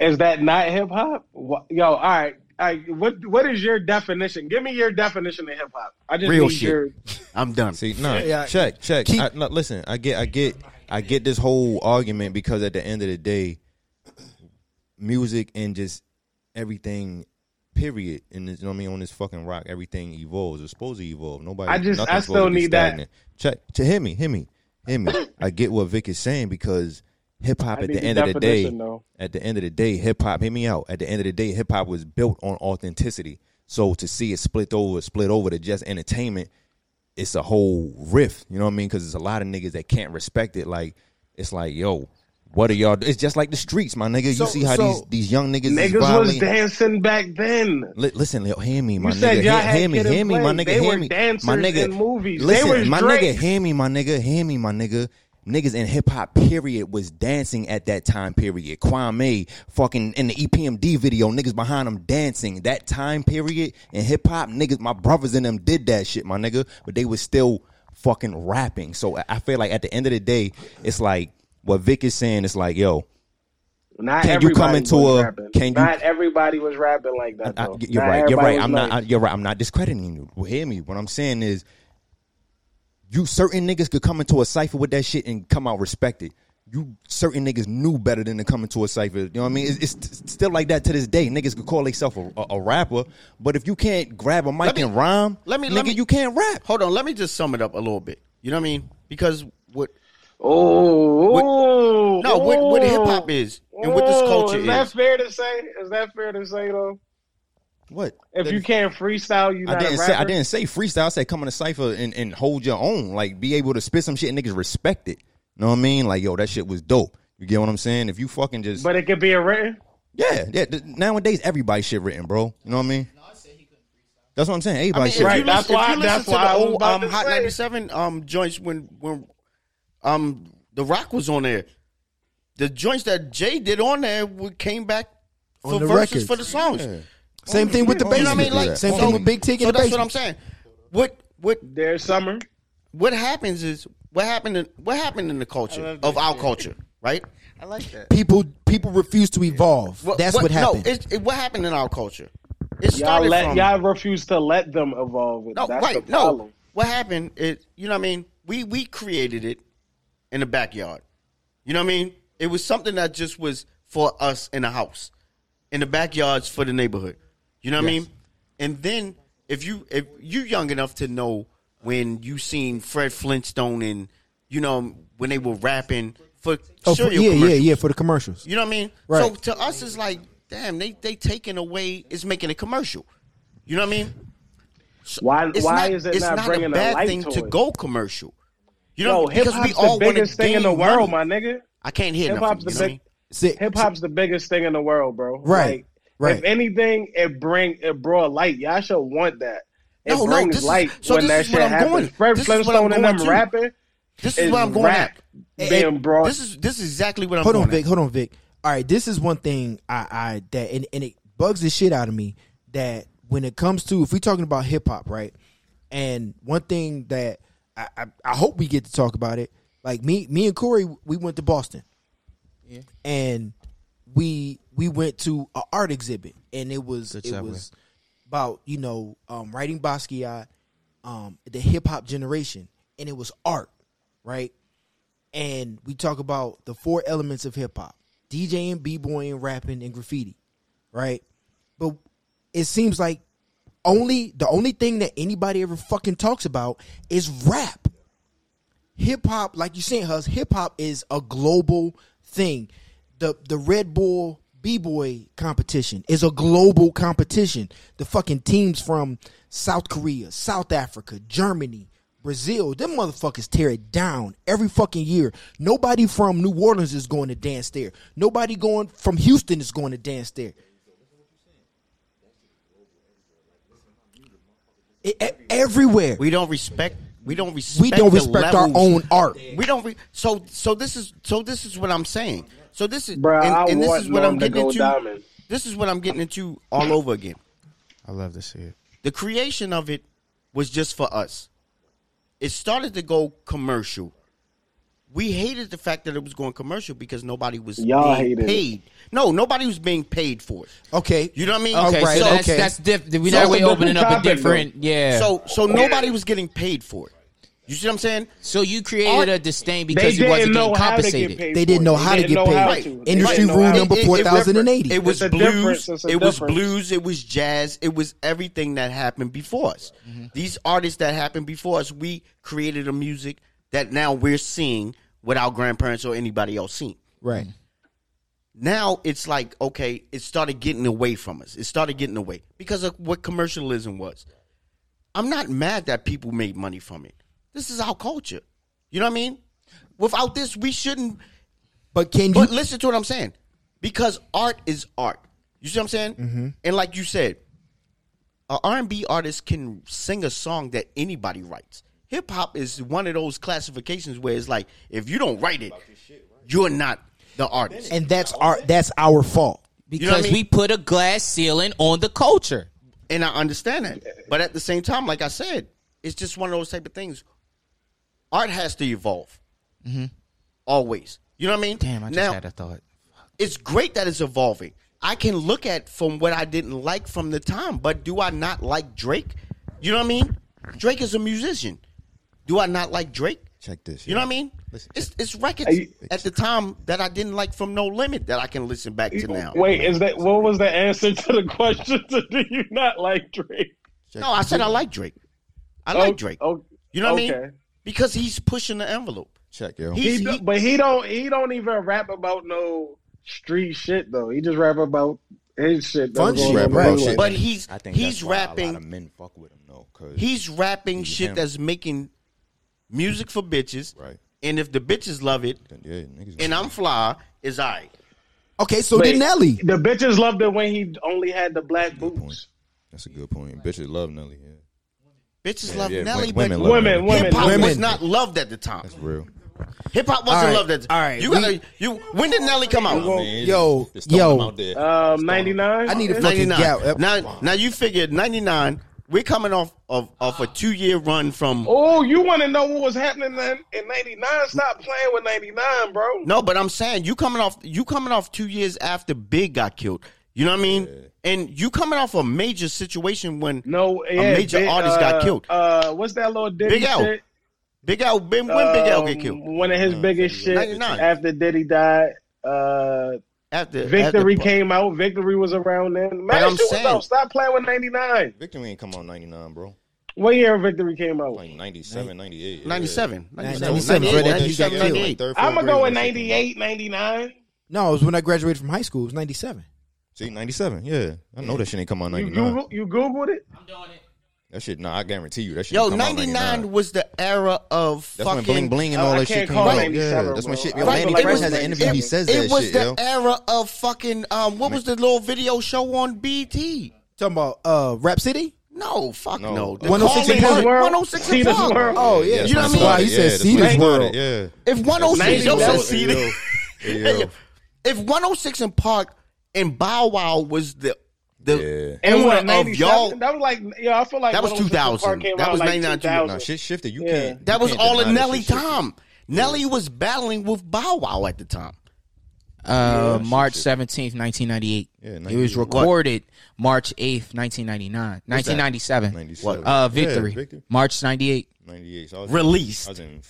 is that not hip hop? Wha- Yo, all right. I, what what is your definition? Give me your definition of hip hop. I just
real
need Your,
shit. I'm done.
See, no,
Yeah, I-
check, check.
Keep-
I, no, listen, I get, I get, I get this whole argument because at the end of the day, music and just everything, period, and this- you know what I mean on this fucking rock, everything evolves. It's supposed to evolve. Nobody,
I just-
nothing's
I
supposed
still
to be
need that.
stagnant. Check, to hear me, hear me, hear me. I get what Vic is saying because hip hop
I
at
need
the
the
end of the day,
definition, though.
at the end of the day, hip hop. Hear me out. At the end of the day, hip hop was built on authenticity. So to see it split over, split over to just entertainment it's a whole rift. You know what I mean? Because it's a lot of niggas that can't respect it. Like it's like, yo, what are y'all? do- It's just like the streets, my nigga.
So-
you see how
so-
these these young niggas, is
niggas was
violating.
dancing back then.
Li- listen, li- hear me, my
You
nigga.
said y'all
hear,
had
hear me,
kid and
hear me, my
play.
nigga.
They
hear
were
me, my
dancers
nigga.
in movies. They
Listen,
was
my
Drake.
nigga. Hear me, my nigga. Hear me, my nigga. Niggas in hip hop period was dancing at that time period. Kwame fucking in the E EPMD video, niggas behind them dancing. That time period in hip hop, niggas, my brothers in them did that shit, my nigga. But they was still fucking rapping. So I- I feel like at the end of the day, it's like what Vic is saying. It's like, yo,
Not
Can you come
everybody
into
was
a-
rapping.
can you-
Not everybody was rapping like that.
I-
Though.
you're
Not
right. You're
everybody
right. I'm
was
not.
like-
I, you're right. I'm not discrediting you. Well, hear me. What I'm saying is, you certain niggas could come into a cipher with that shit and come out respected. You certain niggas knew better than to come into a cipher. You know what I mean? It's, it's t- still like that to this day. Niggas could call themselves a, a, a rapper, but if you can't grab a mic
Let me-
and rhyme,
let me-
nigga,
let me-
you can't rap.
Hold on, let me just sum it up a little bit. You know what I mean? Because what
Oh, oh,
no, what, what hip hop is and what this
oh,
culture
Is that
is.
fair to say? Is that fair to say though?
What?
If you can't freestyle, you
I
not
didn't
a
say I
rapper?
didn't say freestyle. I said come in a cipher and, and hold your own. Like be able to spit some shit and niggas respect it. You know what I mean? Like yo, that shit was dope. You get what I'm saying? If you fucking just
But it could be a written.
Yeah, yeah. th- nowadays, everybody shit written, bro. You know what I mean? That's what I'm saying.
I mean,
Everybody
if
shit.
you
Right,
listen-
that's
if you
why-
listen
that's
to
why
the
I was
old
about
um,
to
Hot
say.
97 um, joints when when um The Rock was on there. The joints that Jay did on there were- came back
On
for
the
verses
records.
for the songs.
Same thing with the
You know what
basement.
I mean? Like
Same
so-
thing with Big Tick
So
and the
that's what
basement.
I'm saying. What what
There's summer.
what happens is what happened in, what happened in the culture of our culture, right?
I like that.
people people refuse to evolve. that's what, happened.
No, it's, it, what happened in our culture? It
Y'all
started
let
from
y'all refuse to let them evolve.
no,
that's
Oh, right?
the problem.
No, what happened? It you know what I mean? We we created it in the backyard. You know what I mean? It was something that just was for us in the house, in the backyards for the neighborhood. You know what I mean? And then if you if you young enough to know when you seen Fred Flintstone and you know when they were rapping for
oh, for-
cereal
yeah, yeah,
commercials.
yeah, for the commercials.
You know what I mean?
Right.
So to us, it's like, damn, they they taking away, it's making a commercial. You know what I mean? So
Why-
it's
why is it
it's
not bringing
a
a
bad
light
thing
to
to
it?
go commercial? You know,
Yo, hip
because we
hop's
all
the
want to
biggest thing in the
gain
world,
money.
my nigga.
I can't hear
Hip
nothing.
hop's
You know
the
what I mean?
big.
See,
Hip hop's the biggest thing in the world, bro.
Right,
Like,
right.
If anything, it bring it brought light. Y'all should want that. It
No, no,
brings
this is-
light
so
when
this
that
is
shit
what I'm
happens.
going-
Fred
this is what I'm
Flintstone and
going
them
to.
rapping
This is
is
what I'm going
rap
at.
being
And
brought.
This is this is exactly what I'm
hold
going
on,
at.
Vic. Hold on, Vic. All right, this is one thing I, I that and, and it bugs the shit out of me that when it comes to if we're talking about hip hop, right? And one thing that I, I, I hope we get to talk about it, like me, me and Corey, we went to Boston,
Yeah.
and we we went to an art exhibit, and it was
Good
it
segue.
was about you know um, writing Basquiat, um, the hip hop generation, and it was art, right? And we talk about the four elements of hip hop: DJing, b-boying, rapping, and graffiti, right? But it seems like only the only thing that anybody ever fucking talks about is rap. Hip hop, like you saying, Hus, hip hop is a global thing. The the Red Bull B Boy competition is a global competition. The fucking teams from South Korea, South Africa, Germany, Brazil, them motherfuckers tear it down every fucking year. Nobody from New Orleans is going to dance there. Nobody going from Houston is going to dance there. It, e- everywhere.
We don't respect. We don't respect.
we don't
the
respect our
levels.
own art.
We don't. Re- so so this is so this is what I'm saying. So this is
Bruh, I
and, and this
want
is what I'm
Norm to
getting
go
into.
diamond.
This is what I'm getting into all over again.
I love to see it.
The creation of it was just for us. It started to go commercial. We hated the fact that it was going commercial because nobody was
Y'all
being
hated it.
paid. No, nobody was being paid for it.
Okay,
You know what I mean?
Okay,
Right,
so
so,
that's
okay.
that's different. We
So
now
it's a
we
different
opening up a
topic, though.
different. Yeah. So
so so nobody was getting paid for it. You see what I'm saying?
so you created a disdain
They
because you
didn't
wasn't getting
know how to get
compensated.
paid.
They
for
didn't
it.
know how to
didn't
get
know
paid.
how
Right.
to. They
Industry
didn't know
rule
how to.
number
it- it- it
4080.
refer- It was
It's a
blues.
difference, it's a
It was
difference.
blues. It was jazz. It was everything that happened before us.
Mm-hmm.
These artists that happened before us, we created a music that now we're seeing what our grandparents or anybody else seen.
right.
Now it's like okay, it started getting away from us. It started getting away because of what commercialism was. I'm not mad that people made money from it. This is our culture. You know what I mean? Without this, we shouldn't
But can you?
but listen to what I'm saying. Because art is art. You see what I'm saying? And like you said, an R&B artist can sing a song that anybody writes. Hip hop is one of those classifications where it's like if you don't write it, you're not the artist.
and that's our that's our fault.
Because
know what I mean?
we put a glass ceiling on the culture.
And I understand that. But at the same time, like I said, it's just one of those type of things. Art has to evolve. Always. You know what I mean? Now-
thought.
it's great that it's evolving. I can look at from what I didn't like from the time, but do I not like Drake? You know what I mean? Drake is a musician. Do I not like Drake?
Check this.
You know what I mean?
Listen.
It's it's records
Are you-
at the time that I didn't like from No Limit that I can listen back to now.
Wait, is that what was the answer to the <laughs> question? do you not like Drake?
No, I said I like Drake. I like Drake.
Oh,
You know what I
okay.
mean? Because he's pushing the envelope.
Check, yo.
He's,
he, do-
he-
but he don't he don't even rap about no street shit though. He just rap about his shit. that
Fun
was on
shit,
the
rap
about
radio.
shit.
but he's
I think
he's
that's why A lot
rapping
of men fuck with him though, cause
He's rapping shit
him.
that's making music for bitches.
Right.
And if the bitches love it,
yeah, niggas.
and I'm fly, is I.
Okay, so
But
did Nelly.
The bitches loved it when he only had the black boots.
That's a good point. Bitches love Nelly. Yeah,
Bitches
Yeah,
love
yeah,
Nelly,
wo-
but
women love
Women,
Nelly.
women,
hip hop
women.
was not loved at the time.
That's real.
Hip hop wasn't
All right,
loved at the
all right,
You
we-
gotta you. When did Nelly come out?
Yo,
Just throwing
yo.
them out there.
Uh, ninety nine.
I need a
Ninety
fucking
nine.
gal.
Now, now you figure ninety nine. We're coming off of off a two year run from.
Oh, you want to know what was happening in, in '99? Stop playing with '99, bro.
No, but I'm saying you coming off you coming off two years after Big got killed. You know what I mean? And you coming off a major situation when
no, yeah,
a major
Big-
artist
uh,
got killed.
Uh, what's that little Diddy
Big L.
shit?
Big Al, when, when Big Al get
Um,
killed?
One of his biggest shit
99.
after Diddy died. Uh,
After
Victory
after,
came out. Victory was around then. Man,
I'm
shit was
saying-
out. Stop playing with '99.
Victory ain't come out '99, bro.
What year Victory came out?
Like '97, '98.
97.
Nine-
97,
97, right after he
97,
got killed.
98.
I'm gonna go with '98, '99.
No, it was when I graduated from high school. It was ninety seven.
See, '97. Yeah, I know that shit ain't come out
You
'99.
Google, you googled it.
That shit, nah, I guarantee you, that shit.
Yo,
come out
99 was the era of
That's
fucking.
when bling bling and
I-
all
I
that
can't
shit came
call
out.
97,
Yeah, that's when
bro.
shit.
I
Yo,
feel
Manny
like
Fresh
it
has
was
an interview.
like-
He says
it
that
was
shit,
the
yo.
era of fucking. Um, what was the little video show on BT?
Talking about uh, Rap City.
No, fuck no.
No.
The
106 and
call-in-
Park.
106
See
and
this
Park.
world?
Oh yeah,
that's
You know
when it
what I mean?
Why
started.
he said
Yeah, that's
see
when it
this
started,
world?
Yeah.
If 106, yo,
Yo,
That
said
was-
see
yo,
this- <laughs>
yo.
oh if 106 and Park and Bow Wow was the The,
And
era
what,
of
97?
y'all-
That was like, yeah, I feel like
That
when
was
it the
2000.
part came
That
out,
was
like
99,
2000.
Nah, shit shifted. You
Yeah.
can't.
That
you
was
can't
all in
deny that
Nelly
shit shifted.
time. Nelly was battling with Bow Wow at the time.
Uh, March seventeenth, nineteen ninety eight.
Yeah,
it was
98.
recorded March eighth, nineteen ninety nine, nineteen ninety seven.
97.
Uh,
Yeah,
victory,
victory.
March ninety eight.
98. So I was I
Released
was in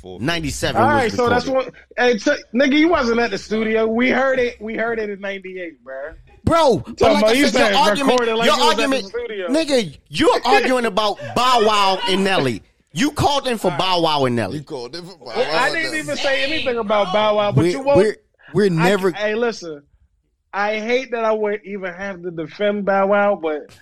four.
ninety seven.
All right,
was
so that's
recorded.
what. Hey, t- nigga, you wasn't at the studio. We heard it. We heard it in '98, bro.
bro. But like
about
I
you
said,
said
your argument,
recorded like
your
you was at the
argument,
studio.
nigga,
<laughs>
you're arguing about Bow Wow and Nelly. You called in for Bow Wow and Nelly.
called it. for-
I didn't even say anything about Bow Wow, but
we're,
you won't.
we're, we're
I-
never.
hey, listen. I hate that I would even have to defend Bow Wow, but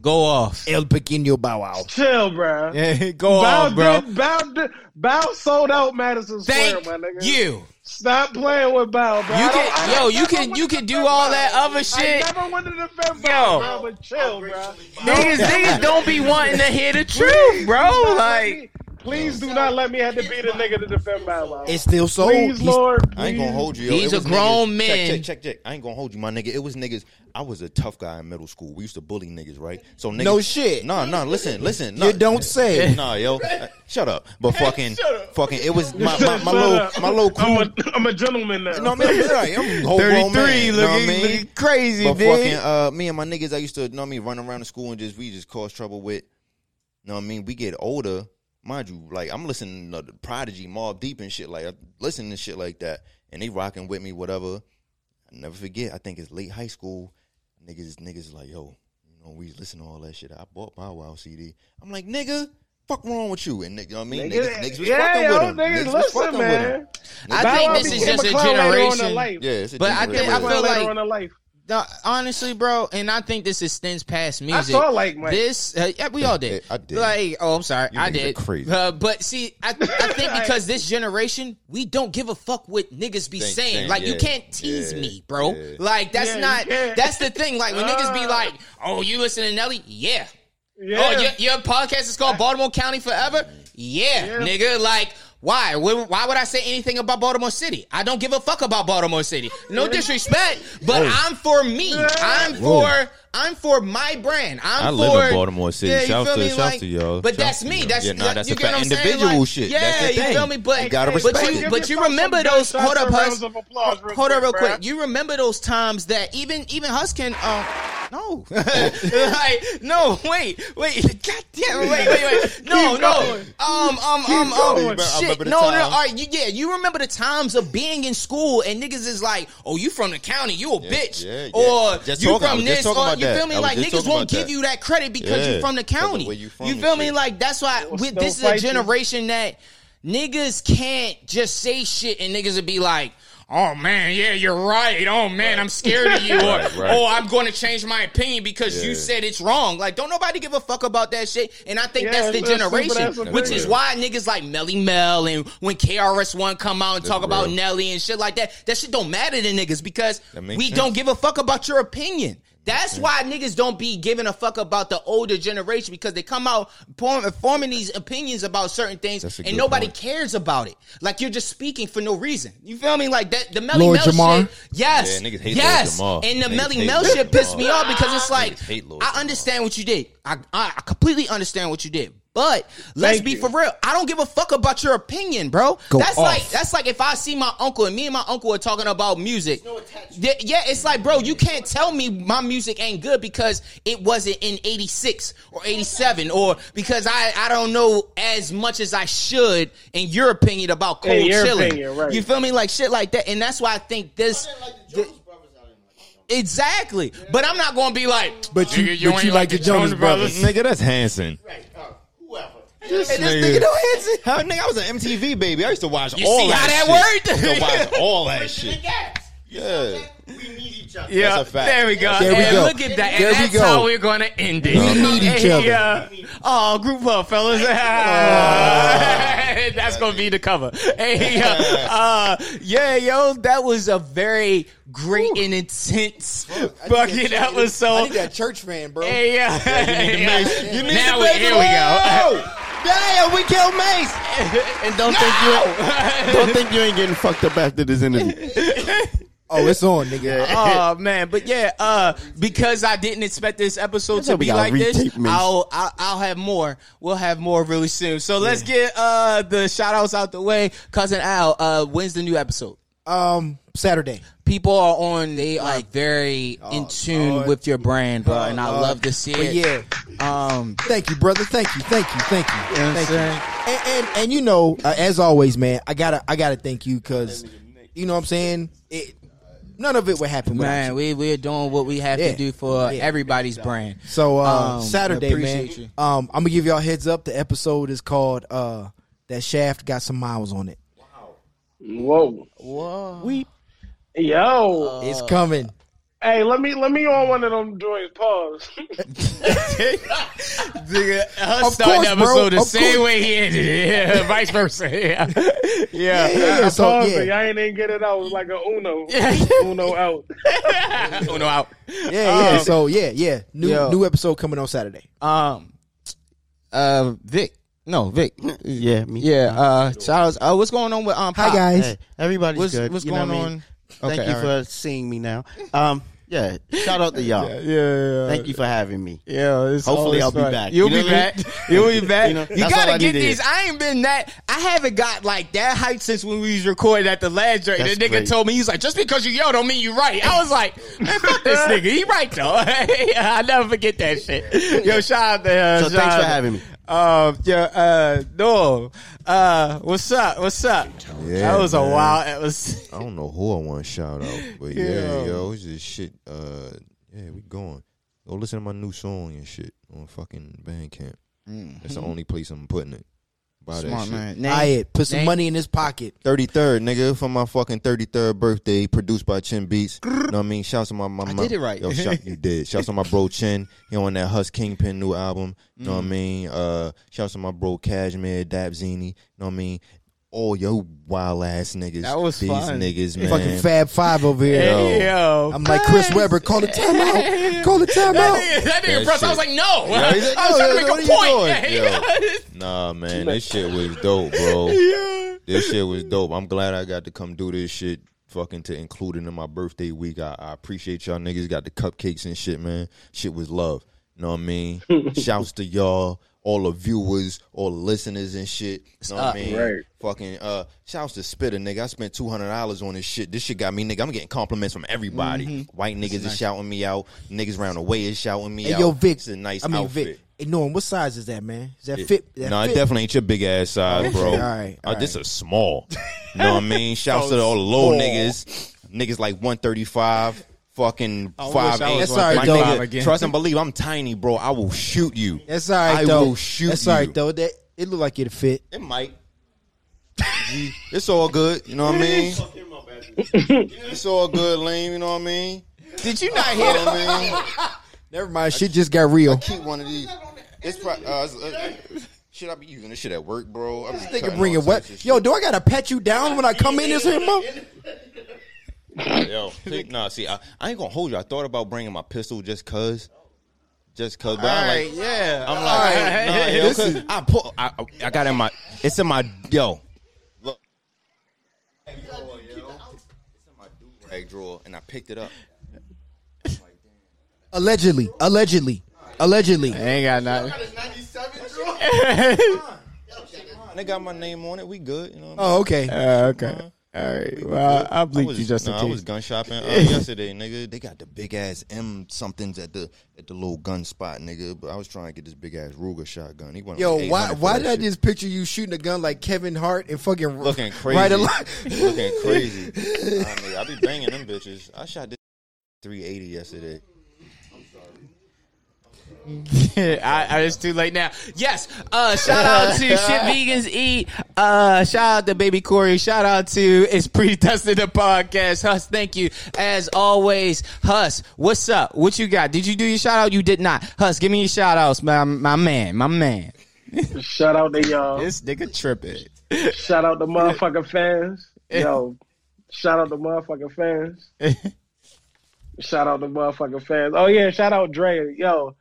Go off.
El Pequeño Bow
<laughs>
Wow.
chill, bro.
Yeah, go
Bow,
off, bro.
did, Bow, did, Bow sold out Madison Square,
Thank
my nigga.
you.
Stop playing with Bow, bro.
You
I don't-
can,
I
yo, you
never
can,
wanted
you
to
can do
defend
all
Bow.
that other shit.
I never wanted to defend Bow,
Yo.
bro, but chill, bro.
Niggas, <laughs> niggas don't be wanting to hear the truth, bro.
Not let
Like,
me- please do not let me have to be the nigga to defend Bow Wow.
It's still sold.
Please,
He's-
Lord.
I ain't gonna hold you. yo.
These
It
are
was
grown
niggas-
men.
Check, check, check, check. I ain't gonna hold you, my nigga. It was niggas. I was a tough guy in middle school. We used to bully niggas, right? So niggas,
No shit.
Nah, nah. Listen, listen. Nah,
You <laughs> don't say.
Nah, yo, Uh, shut up. But fucking, fucking, it was my, my,
Shut
my little,
up.
my little crew.
I'm a, I'm a gentleman now.
You know what I mean? Right,
<laughs>
I'm a <laughs> whole grown man. You know what I mean?
crazy,
But fucking, uh, me and my niggas, I used to, you know what I mean, run around the school and just, we just cause trouble with, you know what I mean? We get older, mind you, like, I'm listening to the Prodigy, Mob Deep and shit, like, I listen to shit like that, and they rocking with me, whatever. I never forget, I think it's late high school, niggas, niggas like, yo, you know, we listen to all that shit. I bought my Wow CD. I'm like, nigga, fuck wrong with you? And, nigga, you know what I mean? Niggas, niggas was
<laughs> yeah,
fucking
yo,
with him.
niggas,
was
listen,
fucking with
man.
him.
I
Bow
think
Wow
this is
became
just a
a clown later on in
generation.
Yeah, it's a
But I
different
think-
way
I
of-
feel
later
like-
on in life.
No, honestly, bro, and I think this extends past music.
saw, like, my-
this. Uh, yeah, we all did.
<laughs> I did.
Like, oh, I'm sorry,
You
I
niggas
did.
are crazy.
Uh, but see,
<laughs>
I, I think because this generation, we don't give a fuck what niggas be
Think-
saying.
think,
Like, you
yeah,
can't tease
yeah,
me, bro.
yeah.
Like, that's
Yeah,
not.
you can't.
That's the thing. Like, when niggas
<laughs>
be
Ah.
like, "Oh, you listen to Nelly? Yeah,
Yeah.
Oh, your, your podcast is called Baltimore County Forever? Yeah, nigga. Like, why? Why why would I say anything about Baltimore City? I don't give a fuck about Baltimore City. No disrespect, but I'm for me. I'm for I'm for my brand. I'm
I
for,
live in Baltimore City.
you
Shout
feel
to-
me?
shout
Like,
to y'all.
But
Shout
that's
to
me.
y'all.
That's
Yeah, nah,
you-
that's
you
a
get what
fact.
I'm saying?
Individual
Like,
shit.
Yeah,
That's the
you
thing.
feel me? But
You gotta
but
respect
you
it.
but you
Give
remember
yourself
those?
some
Hold up,
gunshots
Hus.
and rounds of applause real
Hold up,
quick,
real quick.
bruh.
You remember those times that even even Hus can. Um, no, <laughs>
<laughs>
like no, wait, wait, god damn, wait, wait, wait, no,
Keep
no,
going.
um, um, um,
going.
um,
Remember-
I
shit,
remember the
no, no,
time.
all right, you, yeah, you remember the times of being in school and niggas is like, oh, you from the county, you a bitch,
yeah, yeah.
or
Just
you
talking- I
from
was just
this,
talking
or
about
you
that.
feel me,
I was
like
just
niggas
talking
won't
about
give
that.
you that credit because
Yeah,
you from the
because of
county,
where you from and
feel me,
shit.
like that's why with
still
this is a
fight you.
generation that niggas can't just say shit and niggas would be like. Oh man, yeah, you're right. Oh man, I'm scared of
<laughs>
you. Or,
Right, right.
oh, I'm going to change my opinion because you said it's wrong. Like, don't nobody give a fuck about that shit. And I think
Yeah,
that's the
that's stupid
generation,
ass opinion.
which is why niggas like Melly Mel and when KRS One come out and talk about
real.
Nelly and shit like that, that shit don't matter to niggas because
That
we
makes sense.
don't give a fuck about your opinion. That's why niggas don't be giving a fuck about the older generation because they come out form- forming these opinions about certain things
That's a
and
good
nobody
point.
cares about it. Like you're just speaking for no reason. You feel me? Like that the Melly
Lord
Mel
Jamar?
shit. Yes.
Yeah, niggas hate
yes.
Lord Jamar.
And the
Niggas
Melly
hate
Mel
Lord
shit pissed
Jamar.
me off because it's like
Niggas hate Lord
I
Jamar.
understand what you did. I, I I completely understand what you did. But let's
Thank
be
you.
for real. I don't give a fuck about your opinion, bro.
Go
that's
off.
like that's like if I see my uncle and me and my uncle are talking about music. Yeah, yeah, it's like, bro, you can't tell me my music ain't good because it wasn't in 86 or 87 or because I, I don't know as much as I should in your opinion about cold
In your
chilling.
opinion, right.
You feel me? Like shit like that. And that's why I think this Exactly. But I'm not gonna be like
But you,
"Nigga, you
but
ain't
you like the Jonas Brothers.
<laughs>
Nigga, that's Hanson.
this
nigga.
nigga don't answer.
How, nigga, I was an MTV baby. I used to watch
You
all
see how
that
that
shit.
worked?
I used to watch all that shit. Yeah.
Yeah,
That's a fact.
there we go.
There we
and
go.
look at that.
There
and
we
that's
go.
how we're gonna end it.
We need each other. uh,
Yeah. Oh, group up, fellas. <laughs> that's gonna be the cover. Hey, uh,
<laughs>
uh, yeah, yo, that was a very great and intense fucking
I
episode.
need that church fan, bro.
Hey, uh, <laughs> yeah.
You need
now
to
we,
make
here
it
we go.
loud.
<laughs>
Damn, we killed Mace.
<laughs>
And don't think you don't think you ain't getting fucked up after this interview.
Oh, it's
<laughs>
on, nigga.
Uh-huh.
<laughs>
oh man, but yeah, uh, because I didn't expect this episode to
why we
be
gotta
like this.
retape me.
I'll, I'll I'll have more. We'll have more really soon. So let's get uh the shout outs out the way. Cousin Al, uh, when's the new episode?
Um, Saturday.
People are on. They are very in tune
Uh, oh, Lord. Oh,
with your brand, bro, and I
Lord.
love to see
But
it.
yeah,
Um,
thank you, brother. Thank you, thank you, thank you,
You know what I'm
thank
saying?
you. And, and and you know, uh, as always, man, I gotta I gotta thank you because you know what I'm saying. It none of it would happen without
man,
you.
we we're doing what we have
Yeah.
to do for
Yeah.
everybody's brand.
So uh,
Um,
Saturday, man.
appreciate you.
Um, I'm gonna give y'all a heads up. The episode is called uh, "That Shaft Got Some Miles on It."
Whoa.
Whoa.
Yo.
It's
Uh,
coming.
hey, let me let me on one of them joints. Pause. <laughs>
Nigga, her
Of
starting
course,
the episode
bro.
the
Of
same
course.
way he ended <laughs> it. Yeah, vice versa. <laughs> Yeah. <laughs> Yeah.
Yeah,
I
so,
paused
yeah.
it. I ain't even get it out. It was like a
<laughs>
Uno. Uno out.
Uno out.
Yeah, yeah. So yeah, yeah. New
Um, Yo.
new episode coming on Saturday.
Um uh Vic. No, Vic.
Yeah, me.
Yeah, uh Charles, uh what's going on with um
Hi
Pop?
guys.
Hey, everybody's
What's
good.
what's
You know
going
what I mean?
on?
Thank
Okay,
you
all
for seeing me now. Um, yeah, shout out to y'all.
Yeah,
Thank you for having me.
Yeah, it's always
Hopefully I'll be
fun.
back.
You'll
You know
be
what I
back.
mean?
<laughs> You'll be back. you
You know, that's all
gotta
I
get
needed.
these. I ain't been that. I haven't got like that hype since when we was recording at the last joint. The
That's
nigga
great.
told me he's like, just because you yell don't mean you right. I was like, man, fuck
<laughs>
this nigga. He right though. <laughs> I never forget that shit. Yo, shout out to. Uh,
So
shout
thanks
out
for
to-
having me.
Um, yeah, uh, no, uh, what's up? What's up?
Yeah,
that was a
man.
wild. It
<laughs>
was.
I don't know who I want to shout out, but yeah,
Yeah.
yo, it's just shit. Uh, yeah, we going. Go listen to my new song and shit on fucking Bandcamp. That's the only place I'm putting it. Buy that shit.
I it. Put some
Name.
money in his pocket.
33rd, nigga, for my fucking 33rd birthday, produced by Chin Beats. You know what I mean? Shouts to my mama.
I did it right.
Yo, shout, you
<laughs>
did. Shouts to my bro Chin. He on that Hus Kingpin new album. You
Mm.
know what I mean? Uh, shouts to my bro Cashmere, Dap Zini. You know what I mean? All yo wild ass niggas.
That was
These
fun.
niggas, man.
Fucking Fab Five over here.
Yo.
Yo,
I'm like Chris
Fuzz. <laughs>
Webber. Call the timeout. Call the
That
timeout.
nigga, <laughs> that nigga
That
pressed. I was
shit.
like, no. <laughs> I
he's like,
was trying
no,
to
yo,
make a
what
point.
are
<laughs>
you doing? Nah, man, this shit was dope,
<laughs>
bro.
Yeah.
This shit was dope. I'm glad I got to come do this shit. Fucking to include it in my birthday week. I, I appreciate y'all niggas. Got the cupcakes and shit, man. Shit was love. You know what I
<laughs>
mean? Shouts to y'all, all the viewers, all the listeners and shit. You know what I mean?
Right.
Fucking uh shouts to Spitter, nigga. I spent two hundred dollars on this shit. This shit got me, nigga. I'm getting compliments from everybody.
Mm-hmm.
White niggas is shouting me out. Niggas round the way is shouting me
Hey,
out.
yo, Vic.
It's a nice
I mean,
outfit.
Vic. Hey, Norm, what size is that, man? Is that fit? That
No, it
fit?
definitely ain't your big ass size, bro.
all right, all
uh, This a
<laughs>
small. You know what I mean? Shouts to all the low niggas. Niggas like 135, fucking
I wish I was
5'8".
That's all right,
135
My
again.
nigga, trust and believe, I'm tiny, bro. I will shoot you.
That's all right,
I
though.
will shoot
That's all
you.
right, though. That it look like it'd fit.
It might. it's all good. You know what I mean? <laughs> it's all good, lame. You know what I mean?
Did you not
You
hear?
know what I mean?
Never mind, shit just got real.
Keep one of these. It's probably... Uh, it's, uh, Shit, I be using this shit at work, bro. I'm
This nigga bringing what? Yo, do I gotta pat you down when I come in this here, mo?
<laughs>
Yo, Oh, see, nah, see, I, I ain't gonna hold you. I thought about bringing my pistol just cause, just cause. But I'm
Alright,
like,
yeah.
I'm like, nah, yo,
this
'cause <laughs> I pull, I, I got it in my, it's in my, yo, look, it's in my do rag drawer, and I picked it up.
Allegedly, allegedly, allegedly.
ain't got nothing.
And it got my name on it. We good, you know. What I mean?
Oh, okay.
okay. All right. Well, I
I
bleeped
was-
you just in
nah,
case.
I was gun shopping
<laughs>
<laughs>
uh, yesterday, nigga. They got the big ass M somethings at the at the little gun spot, nigga. But I was trying to get this big ass Ruger shotgun. He went
Yo,
like
why
800 for
why
that
did I
shit.
just picture you shooting a gun like Kevin Hart and fucking
looking crazy.
<laughs> Right along.
looking crazy.
<laughs>
Nah, nigga, I be banging them bitches. I shot this 380 yesterday.
I, I, it's too late now. Yes. Uh, shout out to Shit Vegans Eat. Uh, shout out to Baby Corey. Shout out to It's Predestined the podcast. Hus, thank you as always. Hus, what's up? What you got? Did you do your shout out? You did not. Hus, give me your shout outs, my my man, my man.
Shout out to y'all.
This nigga tripping.
Shout out to motherfucking fans. Yo. Shout out to motherfucking fans. Shout out to motherfucking fans. Oh yeah, shout out Dre. Yo.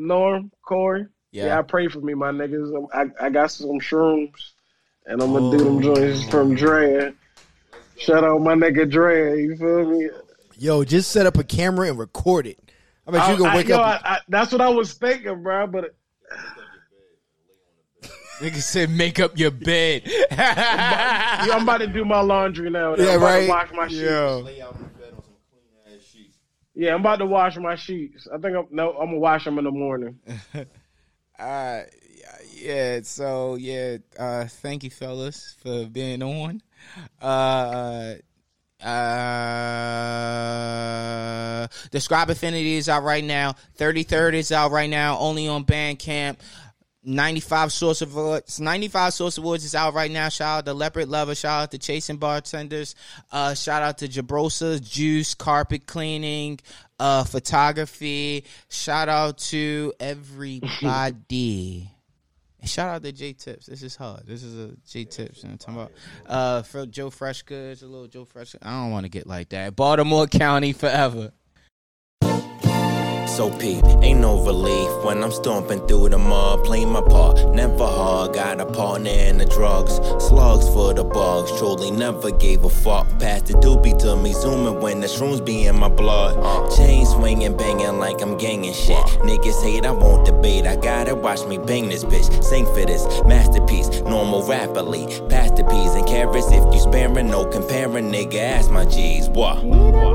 Norm, Corey. Yeah, I pray for me, my niggas.
Oh,
I, I got some shrooms, and I'm gonna do them joints from Dre. Shout out my nigga Dre. You feel me?
Yo, just set up a camera and record it. I bet you
I-
can
Oh, I-
wake
yo,
up.
I- I- that's what I was thinking, bro. But
Nigga said, make up your <laughs> bed.
yo, I'm about to do my laundry now.
Yeah,
I'm about
right?
To wash my sheets.
Yo.
Yeah, I'm about to wash my sheets. I think I'm no. I'm gonna wash them in the morning.
uh, yeah. So yeah, uh, thank you, fellas, for being on. Uh, uh, Describe Affinity is out right now. Thirty Third is out right now. Only on Bandcamp. 95 Source Awards. 95 Source Awards is out right now. Shout out to Leopard Lover. Shout out to Chasing Bartenders. Uh, shout out to Jabrosa, Juice, Carpet Cleaning, uh, Photography. Shout out to everybody. And Shout out to J Tips. This is hard. This is a J Tips. You know what I'm talking about. Uh, for Joe Fresh Goods, a little Joe Fresh. I don't want to get like that. Baltimore County forever.
So peep, ain't no relief when I'm stomping through the mud, playing my part. Never hard, got a partner in the drugs. Slugs for the bugs, truly never gave a fuck. Pass the doobie to me, zooming when the shrooms be in my blood. Chain swinging, banging like I'm gangin' shit. Niggas hate, I won't debate, I gotta watch me bang this bitch. Sing for this, masterpiece, normal rapidly. Pass the peas and carrots if you sparing, no comparing, nigga, ask my G's. What?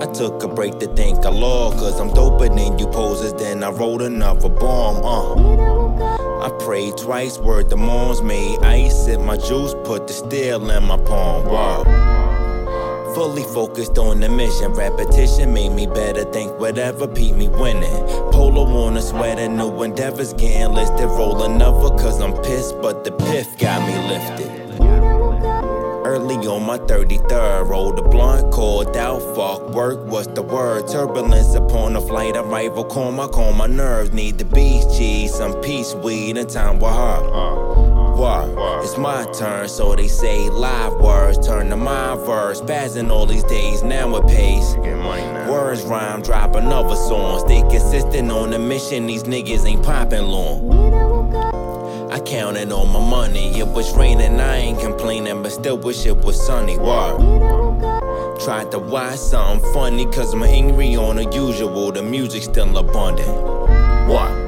I took a break to think I law, cause I'm doper than you posers. Then I rolled another bomb, uh. I prayed twice, word the moms made ice in my juice, put the steel in my palm, wow. Fully focused on the mission, repetition made me better. Think whatever beat me winning. Polo on a sweater, new endeavors getting listed. Roll another, cause I'm pissed, but the piff got me lifted. Early on my 33rd, rolled a blunt called out. Fuck work, what's the word? Turbulence upon a flight arrival, coma, calm my nerves. Need the beach cheese, some peace weed, and time with her. Word, it's my turn, so they say live words. Turn to my verse, passing all these days, now it pays. Words rhyme, drop another song. Stay consistent on the mission, these niggas ain't popping long. I counted on my money. It was raining, I ain't complaining, but still wish it was sunny. Word. Tried to watch something funny, cause I'm angry on the usual. The music's still abundant. What?